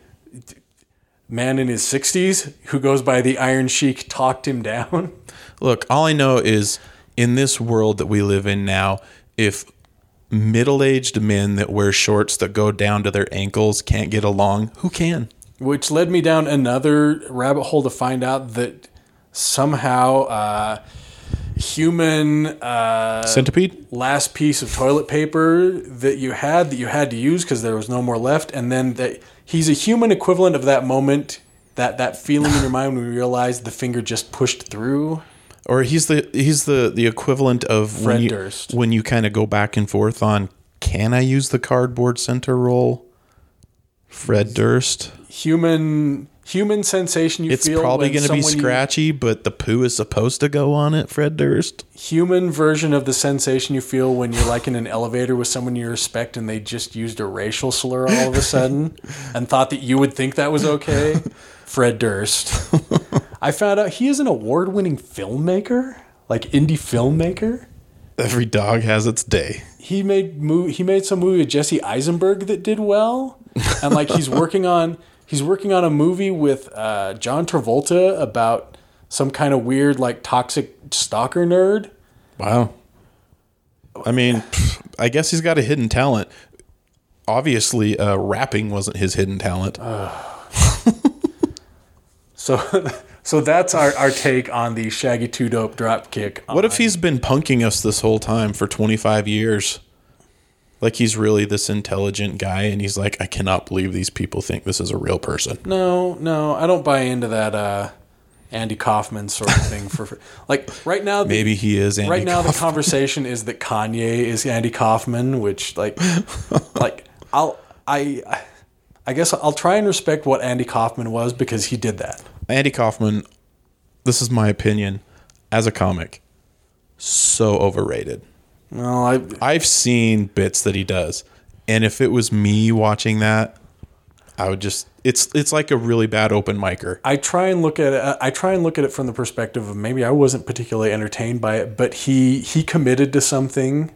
man in his sixties who goes by the Iron Sheik talked him down. (laughs) Look, all I know is in this world that we live in now, if middle aged men that wear shorts that go down to their ankles can't get along, who can? which led me down another rabbit hole to find out that somehow uh, human uh, Centipede? last piece of toilet paper that you had that you had to use because there was no more left, and then that he's a human equivalent of that moment. That, that feeling in your mind when you realize the finger just pushed through. Or he's the he's the the equivalent of Fred when you, Durst. when you kind of go back and forth on can I use the cardboard center roll? Fred Durst. Human human sensation you It's feel. probably when going to be someone you- scratchy, but the poo is supposed to go on it. Fred Durst. human version of the sensation you feel when you're like in an elevator with someone you respect and they just used a racial slur all of a sudden and thought that you would think that was okay. Fred Durst. I found out he is an award winning filmmaker, like indie filmmaker. Every dog has its day. He made mo- he made some movie with Jesse Eisenberg that did well. And like he's working on he's working on a movie with uh, John Travolta about some kind of weird like toxic stalker nerd. Wow. I mean, pff, I guess he's got a hidden talent. Obviously, uh, rapping wasn't his hidden talent. So, (laughs) so that's our, our take on the Shaggy Two Dope drop kick. Um, what if he's been punking us this whole time for 25 years? Like he's really this intelligent guy, and he's like, I cannot believe these people think this is a real person. No, no, I don't buy into that uh, Andy Kaufman sort of thing. For like right now, the, Maybe he is. Andy right now Kaufman. the conversation is that Kanye is Andy Kaufman, which like, like I'll I. I guess I'll try and respect what Andy Kaufman was because he did that. Andy Kaufman, this is my opinion as a comic, so overrated. Well, I I've seen bits that he does, and if it was me watching that, I would just it's it's like a really bad open micer. I try and look at it, I try and look at it from the perspective of maybe I wasn't particularly entertained by it, but he he committed to something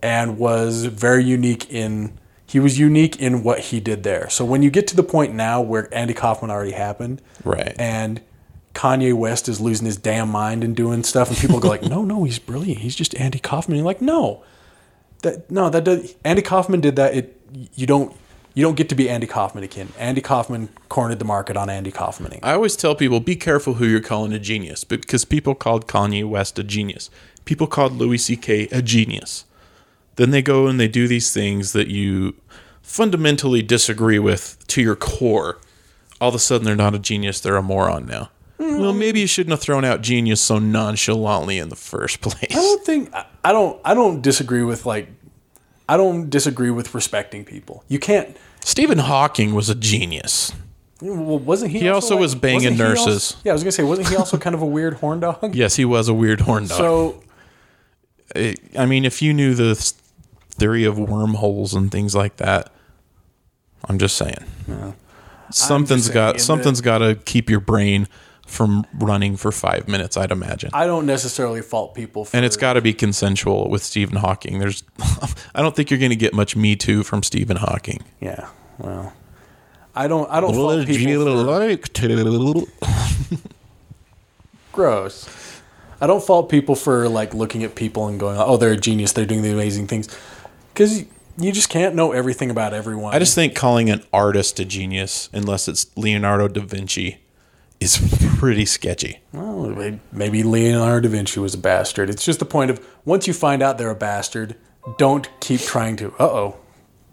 and was very unique in He was unique in what he did there. So when you get to the point now where Andy Kaufman already happened, Right. and Kanye West is losing his damn mind and doing stuff, and people go like, "No, no, he's brilliant. He's just Andy Kaufman." You're like, "No, that no, that does, Andy Kaufman did that. It you don't you don't get to be Andy Kaufman again. Andy Kaufman cornered the market on Andy Kaufmaning. I always tell people be careful who you're calling a genius because people called Kanye West a genius. People called Louis C.K. a genius. Then they go and they do these things that you fundamentally disagree with to your core. All of a sudden, they're not a genius, they're a moron now. Well, maybe you shouldn't have thrown out genius so nonchalantly in the first (laughs) place. I don't think I- I don't I don't disagree with like I don't disagree with respecting people. You can't. Stephen Hawking was a genius. Well, wasn't he? He also was banging wasn't he also- nurses. yeah, I was gonna say, wasn't he also kind of a weird horn (laughs) dog? Yes, he was a weird horn dog. So it, I mean, if you knew the s- theory of wormholes and things like that, I'm just saying. Something's saying in got the- something's got to keep your brain from running for five minutes, I'd imagine. I don't necessarily fault people. For, and it's got to be consensual with Stephen Hawking. There's, (laughs) I don't think you're going to get much Me Too from Stephen Hawking. yeah. Well, I don't I don't fault people. for- like to? gross. I don't fault people for like looking at people and going, "Oh, they're a genius. They're doing the amazing things," because you just can't know everything about everyone. I just think calling an artist a genius, unless it's Leonardo da Vinci, is pretty sketchy. well, Oh, may- maybe Leonardo da Vinci was a bastard. It's just the point of once you find out they're a bastard, don't keep trying to. Uh oh,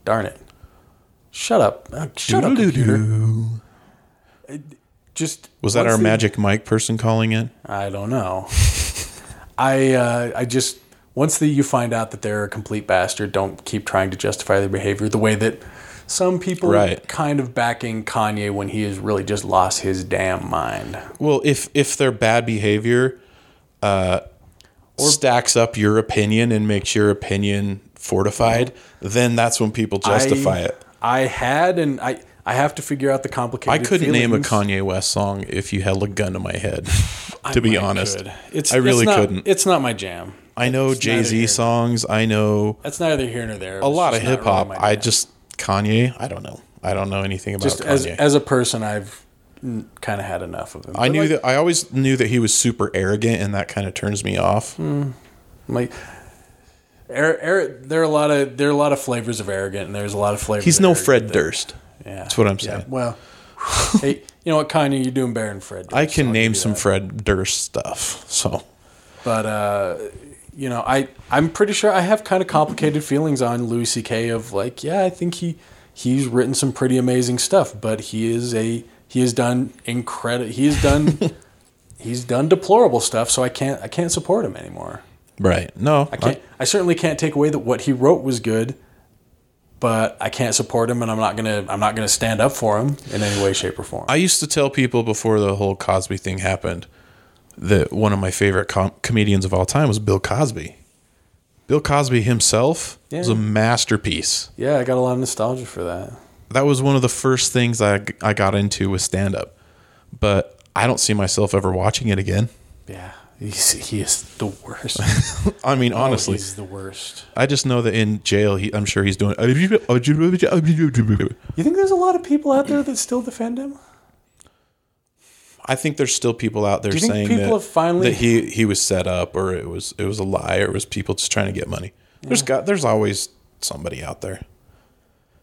darn it! Shut up! Uh, shut up, computer. Uh, Just Was that once our the- magic mic person calling in? I don't know. (laughs) I uh, I just once the, you find out that they're a complete bastard, don't keep trying to justify their behavior the way that some people Right. kind of backing Kanye when he has really just lost his damn mind. Well, if if their bad behavior uh, stacks up your opinion and makes your opinion fortified, then that's when people justify I, it. I had and I I have to figure out the complicated. I couldn't name a feelings. Kanye West song if you held a gun to my head. (laughs) I to be might honest, could. It's I really it's not- couldn't. It's not my jam. I know It's neither Jay Z here- songs. I know That's neither here nor there. a lot of hip hop. I just Kanye. I don't know. I don't know anything about just Kanye. as as a person, I've kind of had enough of him. I But, knew like, that. I always knew that he was super arrogant, and that kind of turns me off. Hmm. Like, er, er, there are a lot of there are a lot of flavors of arrogant, and there's a lot of flavors. He's of no arrogant Fred that- Durst. Yeah, That's what I'm saying. Well, (sighs) hey, you know what, Kanye, you're doing better than Fred. I Durst, so can I'll name give you some that. Fred Durst stuff. So but uh, you know, I I'm pretty sure I have kind of complicated feelings on Louis C.K. of like, yeah, I think he he's written some pretty amazing stuff, but he is a he has done incredible. He has done. He's done deplorable stuff, so I can't I can't support him anymore. right, no, I can't. I certainly can't take away that what he wrote was good, but I can't support him, and I'm not gonna. I'm not gonna stand up for him in any way, shape, or form. I used to tell people before the whole Cosby thing happened that one of my favorite com- comedians of all time was Bill Cosby. Bill Cosby himself was Yeah. a masterpiece. yeah, I got a lot of nostalgia for that. That was one of the first things I I got into with stand up. But I don't see myself ever watching it again. Yeah, he's, he is the worst. I mean, honestly, Oh, he's the worst. I just know that in jail, he, I'm sure he's doing. You think there's a lot of people out there that still defend him? I think there's still people out there you think saying people that, have finally- that he he was set up or it was it was a lie or it was people just trying to get money. There's got there's always somebody out there.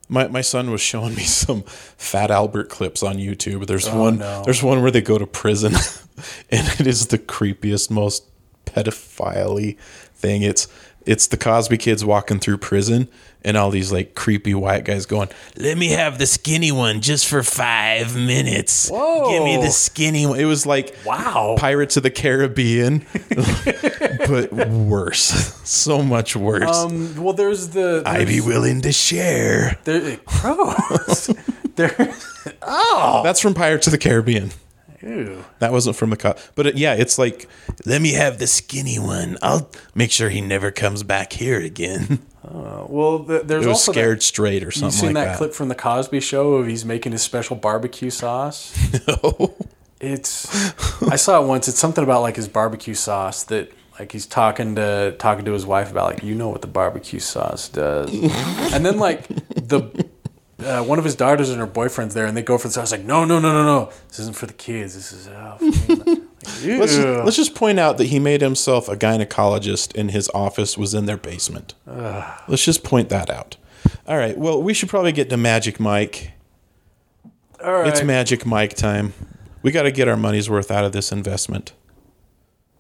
My my son was showing me (laughs) some Fat Albert clips on YouTube. There's one Oh, no. there's one where they go to prison (laughs) and it is the creepiest most pedophile thing. It's it's the Cosby kids walking through prison and all these like creepy white guys going, "Let me have the skinny one just for 5 minutes." Give me Whoa. the skinny one. It was like Wow. Pirates of (laughs) the Caribbean, but worse. So much worse. Um. Well, there's the I be willing to share. there, (laughs) gross. there. Oh. That's from Pirates of the Caribbean. Ew. That wasn't from the cop. But it, yeah, it's like, let me have the skinny one. I'll make sure he never comes back here again. (laughs) Well, the, there's It was also that- scared straight or You something seen like that, that. clip from the Cosby Show of he's making his special barbecue (laughs) sauce? No. It's I saw it once. It's something about like his barbecue sauce that like he's (laughs) talking to talking to his wife about like you know what the barbecue sauce does, and then like the uh, one of his daughters and her boyfriend's there, and they go for this. I was like, no, no, no, no, no. This isn't for the kids. This is. Oh, (laughs) like, Let's, ew. let's just point out that he made himself a gynecologist and his office was in their basement. Let's just point that out. All right. Well, we should probably get to Magic Mike. All right. It's Magic Mike time. We got to get our money's worth out of this investment.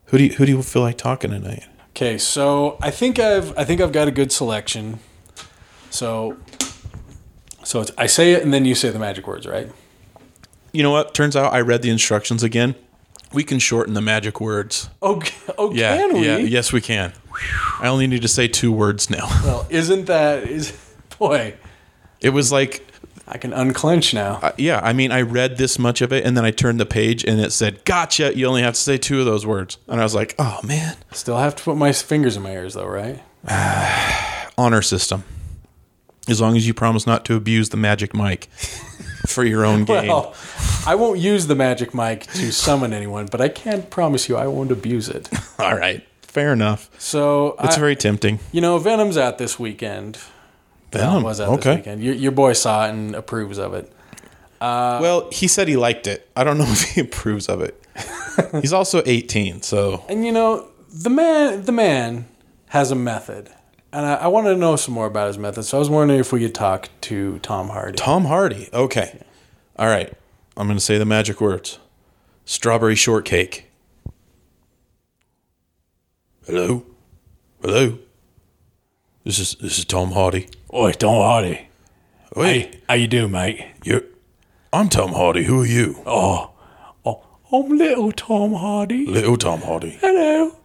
Who do you, who do you feel like talking tonight? Okay, so I think I've I think I've got a good selection. So, so it's, I say it, and then you say the magic words, right? You know what? Turns out I read the instructions again. We can shorten the magic words. Oh, g- oh, can we? yeah, yes, we can. I only need to say two words now. (laughs) Well, isn't that is boy? It was like, I can unclench now. uh, yeah, I mean, I read this much of it, and then I turned the page, and it said, "Gotcha." You only have to say two of those words, and I was like, "Oh man, Still have to put my fingers in my ears, though, right? honor system." As long as you promise not to abuse the magic (laughs) mic for your own gain. Well, I won't use the magic mic to summon anyone, but I can promise you I won't abuse it. All right, fair enough. So, It's I- very tempting. you know, Venom's out this weekend. Venom was out this weekend. Your, your boy saw it and approves of it. well, he said he liked it. I don't know (laughs) if he approves (laughs) of it. He's also 18, so And you know, the man the man has a method. And I, I wanted to know some more about his method, so I was wondering if we could talk to Tom Hardy. Tom Hardy. Okay. All right. I'm going to say the magic words. Strawberry shortcake. Hello. Hello. This is this is Tom Hardy. Oi, Tom Hardy. Wait, How you doing, mate? you I'm Tom Hardy. Who are you? Oh, I'm little Tom Hardy. Little Tom Hardy. Hello.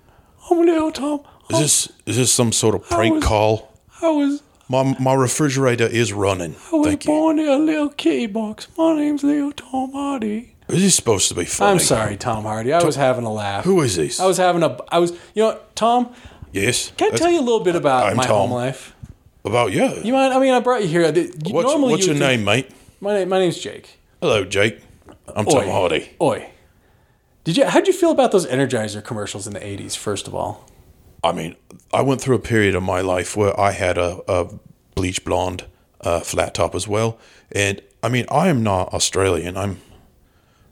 I'm little Tom. Is this is this some sort of prank was- call? I was My my refrigerator is running. I was Thank you. born in a little kitty box. My name's little Tom Hardy. This is supposed to be funny. I'm sorry, Tom Hardy. I was having a laugh. Who is this? I was having a I was you know, what, Tom, yes. can I that's tell you a little bit about I'm my Tom. home life? About you. You mind? I mean, I brought you here. I did- you- what's normally what's you your would think- name, mate? My name, my name's Jake. Hello, Jake. I'm Tom Hardy. Oi. Did you? How'd you feel about those Energizer commercials in the '80s? First of all, I mean, I went through a period of my life where I had a, a bleach blonde uh, flat top as well, and I mean, I am not Australian. I'm,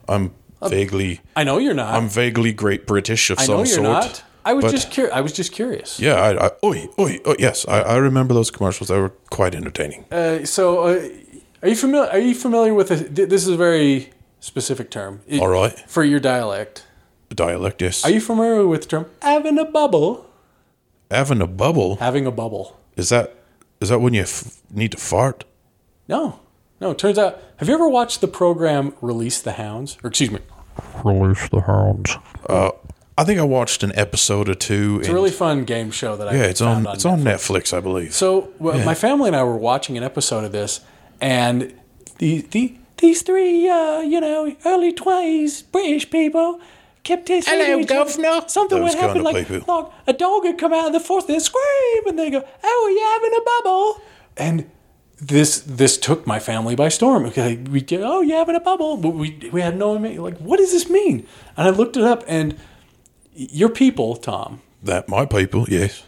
I'm vaguely, I know you're not. I'm vaguely Great British of I some know you're sort. not. I was but- just curious. I was just curious. Yeah, I, I oi, oi, oi, yes, I, I remember those commercials. They were quite (laughs) entertaining. Uh, so, uh, are you familiar? Are you familiar with this? th- This is a very specific term. It- All right, For your dialect, dialect, yes. are you familiar with the term having a bubble? Having a bubble Having a bubble. is that is that when you f- need to fart? No, no. Turns out, have you ever watched the program Release the Hounds? Or excuse me, release the hounds. I think I watched an episode or two. it's a really fun game show that I yeah, it's on, found on it's on Netflix, I believe. So well, my family and I were watching an episode of this, and the, the these three, uh, you know, early twenties British people kept texting Hello, each other. governor. Something would Those happen, kind of like, people. like a dog would come out of the forest and scream, and they go, "Oh, you having a bubble?" And this this took my family by storm. Okay, we get, "Oh, you having a bubble?" But we we had no idea. Like, what does this mean? And I looked it up, and your people, Tom, That my people, yes.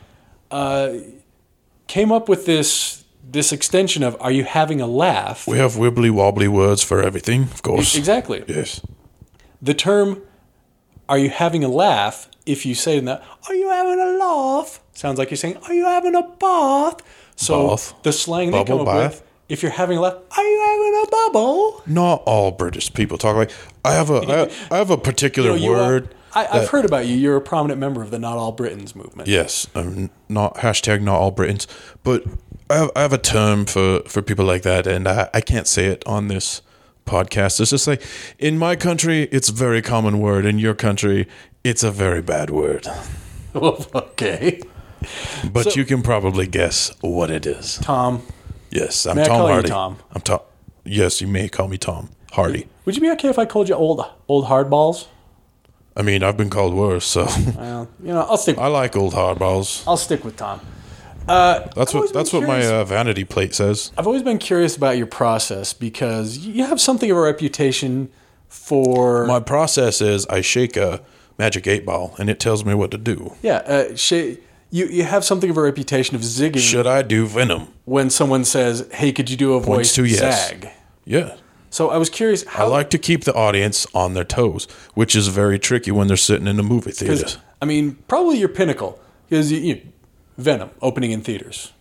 came up with this this extension of "Are you having a laugh?" We have wibbly wobbly words for everything, of course. Exactly. Yes. The term "Are you having a laugh?" If you say in that "Are you having a laugh?" sounds like you're saying "Are you having a bath?" So Bath. the slang they Bubble come up bath. with. If you're having a laugh, are you having a bubble? Not all British people talk like I have a I, I have a particular You are- word. I, I've heard about you. You're a prominent member of the Not All Britons movement. Yes, um, not hashtag not all Britons, but I have, I have a term for, for people like that, and I, I can't say it on this podcast. It's just like in my country, it's a very common word. In your country, it's a very bad word. (laughs) okay. But you can probably guess what it is. Tom, Yes, I'm May I Tom call you Hardy. Tom? I'm Tom. Yes, you may call me Tom Hardy. would you be okay if I called you old old hardballs? I mean, I've been called worse, so (laughs) Well, you know, I'll stick. I like old hardballs. I'll stick with Tom. Uh, always That's what been that's what my curious- uh, vanity plate says. I've always been curious about your process because you have something of a reputation for My process is I shake a magic eight ball, and it tells me what to do. yeah. Uh, sh- you you have something of a reputation of zigging Should I do Venom? when someone says, "Hey, could you do a voice Points to yes. zag?" Yeah. So I was curious I how like to keep the audience on their toes, which is very tricky when they're sitting in a movie theater. I mean, probably your pinnacle because you, you Venom opening in theaters.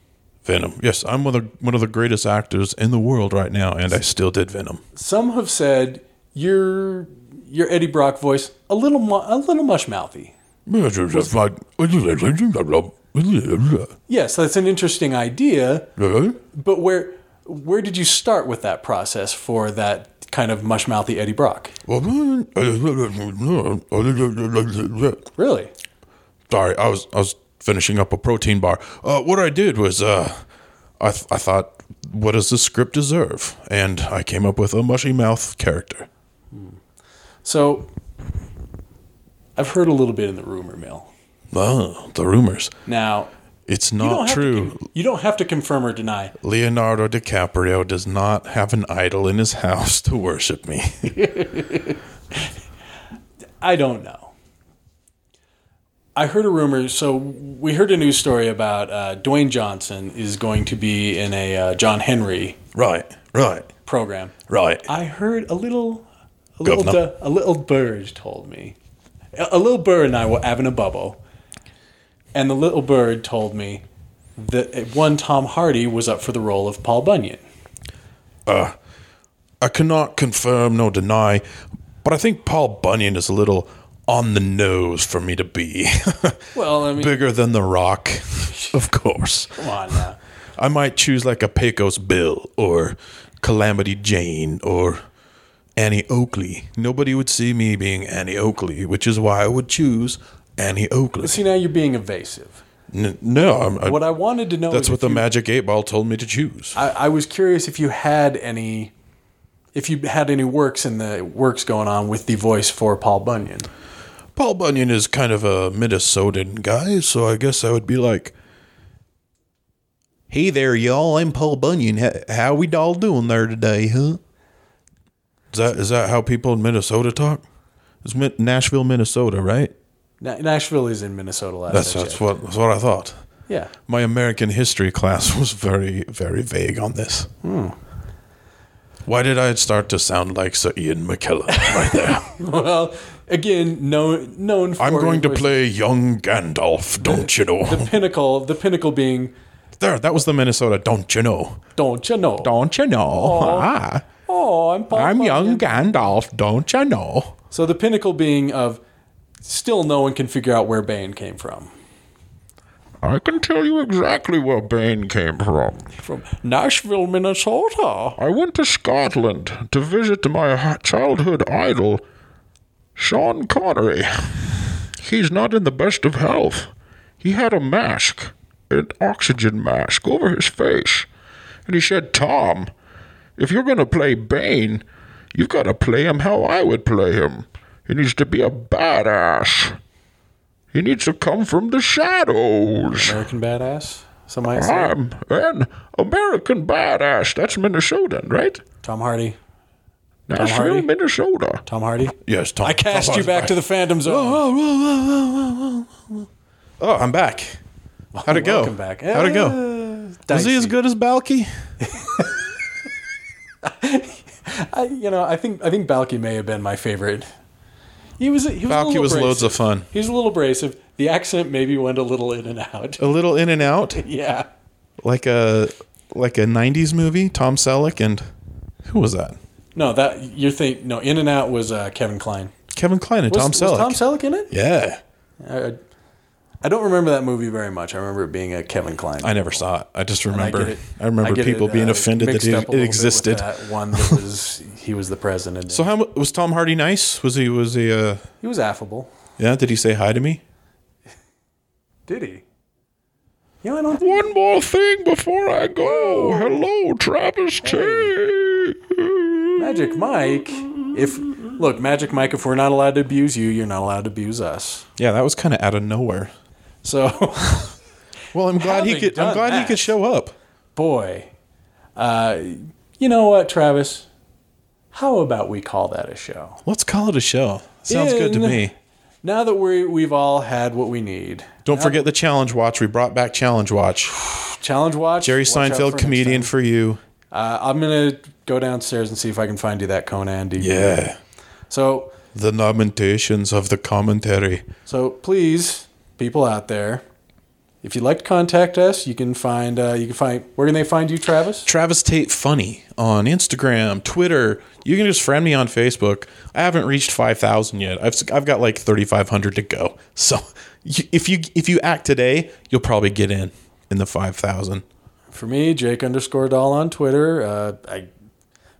Venom. Yes, I'm one of the, one of the greatest actors in the world right now, and I still did Venom. Some have said your your Eddie Brock voice a little mu- a little mush mouthy. Yes, that's an interesting idea, but where where did you start with that process for that kind of mush mouthy Eddie Brock? Really? Sorry, I was I was finishing up a protein bar. Uh, what I did was uh, I th- I thought, what does the script deserve? And I came up with a mushy mouth character. So I've heard a little bit in the rumor mill. Oh, the rumors. Now, It's you don't have not to true. con- you don't have to confirm or deny. Leonardo DiCaprio does not have an idol in his house to (laughs) worship me. I don't know. I heard a rumor. So we heard a news story about uh, Dwayne Johnson is going to be in a uh, John Henry right, right, program. right. I heard a little, a little, Governor. du- a little bird told me, a, a little bird and I were having a bubble, and the little bird told me that uh, one Tom Hardy was up for the role of Paul Bunyan. I cannot confirm nor deny, but I think Paul Bunyan is a little on the nose for me to be. (laughs) Well, I mean, Bigger than The Rock, of course. come on now. I might choose like a Pecos Bill or Calamity Jane or Annie Oakley. Nobody would see me being Annie Oakley, which is why I would choose Annie Oakley. See, now you're being evasive. N- no, I'm, I, What I wanted to know that's is what if the you- Magic Eight Ball told me to choose. I, I was curious if you had any, if you had any works in the works going on with the voice for Paul Bunyan. Paul Bunyan is kind of a Minnesotan guy, so I guess I would be like, "Hey there, y'all! I'm Paul Bunyan. H- How we all doing there today, huh?" Is that is that how people in Minnesota talk? It's Min- Nashville, Minnesota, right? Na- Nashville is in Minnesota. Last That's I that's checked. what that's what I thought. Yeah. (laughs) My American history class (laughs) was very very vague on this. Why did I start to sound like Sir Ian McKellen right (laughs) there? Well, again, known known. For I'm going to for play young Gandalf, don't you know? the pinnacle. The pinnacle being, There, that was the Minnesota. Don't you know? don't you know? Don't you know? Ah, Oh, I'm Paul I'm Bunyan. young Gandalf. Don't you know? So the pinnacle being of, still no one can figure out where Bane came from. I can tell you exactly where Bane came from. From Nashville, Minnesota. I went to Scotland to visit my h- childhood idol, Sean Connery. He's not in the best of health. He had a mask, an oxygen mask, over his face. And he said, Tom, if you're going to play Bane, you've got to play him how I would play him. He needs to be a badass. He needs to come from the shadows. American badass. Some might say I'm an American badass. That's Minnesotan, right? Tom Hardy. Hardy? Nashville, Minnesota. Tom Hardy. Yes, Tom. I cast you back to the Phantom Zone. Oh, I'm back. How'd it go? Oh, Welcome back. Eh, How'd it go? Was he as good as Balky? I, you know, I think I think Balky may have been my favorite. He was he was a Balky little was abrasive. loads of fun. He was a little abrasive. The accent maybe went a little in and out. (laughs) A little in and out, Yeah, like a like a '90s movie. Tom Selleck and who was that? no, that you're think no in and out was uh, Kevin Klein. Kevin Kline and Was, Tom Selleck. was Tom Selleck in it? yeah, I, I don't remember that movie very much. I remember it being a Kevin Klein. I never saw it. I just And remember. I, get it- remember get people it, being uh, offended that mixed it, up a little it bit with existed. that one that was he was the president. (laughs) So how mu- was Tom Hardy nice? Was he was he uh he was affable. yeah, did he say hi to me? Did he? You know, I don't think One more thing before I go. Hello, Travis T. Magic Mike, if look, Magic Mike, if we're not allowed to abuse you, you're not allowed to abuse us. Yeah, that was kind of out of nowhere. So, (laughs) Well, I'm glad he Having could I'm done glad he that- could show up. boy, uh, you know what, Travis? How about we call that a show? Let's call it a show. Sounds good to In- me. now that we we've all had what we need, Don't forget the Challenge Watch. We brought back Challenge (sighs) Watch. challenge watch. Jerry watch out for Seinfeld, next comedian time. for you. Uh, I'm gonna go downstairs and see if I can find you that Conan DVD. Yeah. So The nominations of the commentary. So please, people out there, if you'd like to contact us, you can find uh, you can find where can they find you, Travis? Travis Tate Funny on Instagram, Twitter. You can just friend me on Facebook. I haven't reached 5,000 yet. I've, I've got like 3,500 to go. (laughs) So you, if you if you act today, you'll probably get in in the 5,000. For me, Jake underscore doll on Twitter. Uh, I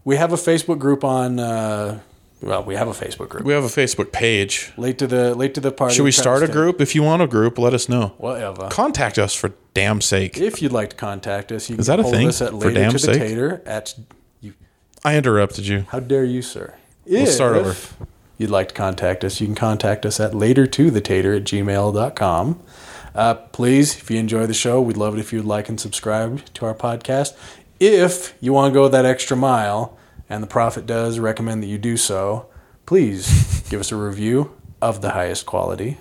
we have a Facebook group on. Uh, well, we have a Facebook group. We have a Facebook page. Late to the late to the party. Should we with start a Travis Tate. group? If you want a group, let us know. Whatever. Contact us for damn sake. If you'd like to contact us, you can that a hold thing? us at For later damn to the sake? tater at you. I interrupted you. How dare you, sir? We'll start over. You'd like to contact us, you can contact us at later to the tater at gmail.com. Uh, please, if you enjoy the show, we'd love it if you'd like and subscribe to our podcast. If you want to go that extra mile, and the Prophet does recommend that you do so, please (laughs) give us a review of the highest quality.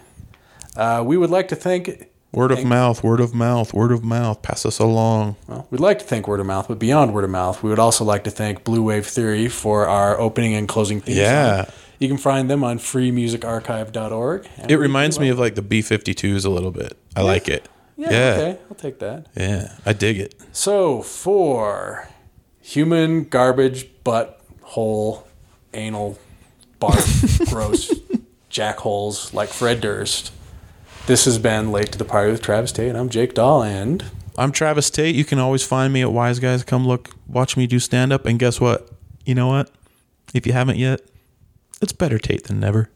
Uh, we would like to thank Word of mouth, word of mouth, word of mouth. Pass us along. Well, we'd like to thank Word of Mouth, but beyond Word of Mouth, we would also like to thank Blue Wave Theory for our opening and closing theme. song. Yeah. You can find them on freemusicarchive.org. And It reminds me of like the B 52s a little bit. I like it. yeah, okay, I'll take that. Yeah. I dig it. So, for human garbage butt hole anal (laughs) barf gross jackholes like Fred Durst, this has been Late to the Party with Travis Tate. I'm Jake Dahl, and I'm Travis Tate. You can always find me at Wise Guys. Come look, watch me do stand up. And guess what? You know what? If you haven't yet, it's better Tate than never.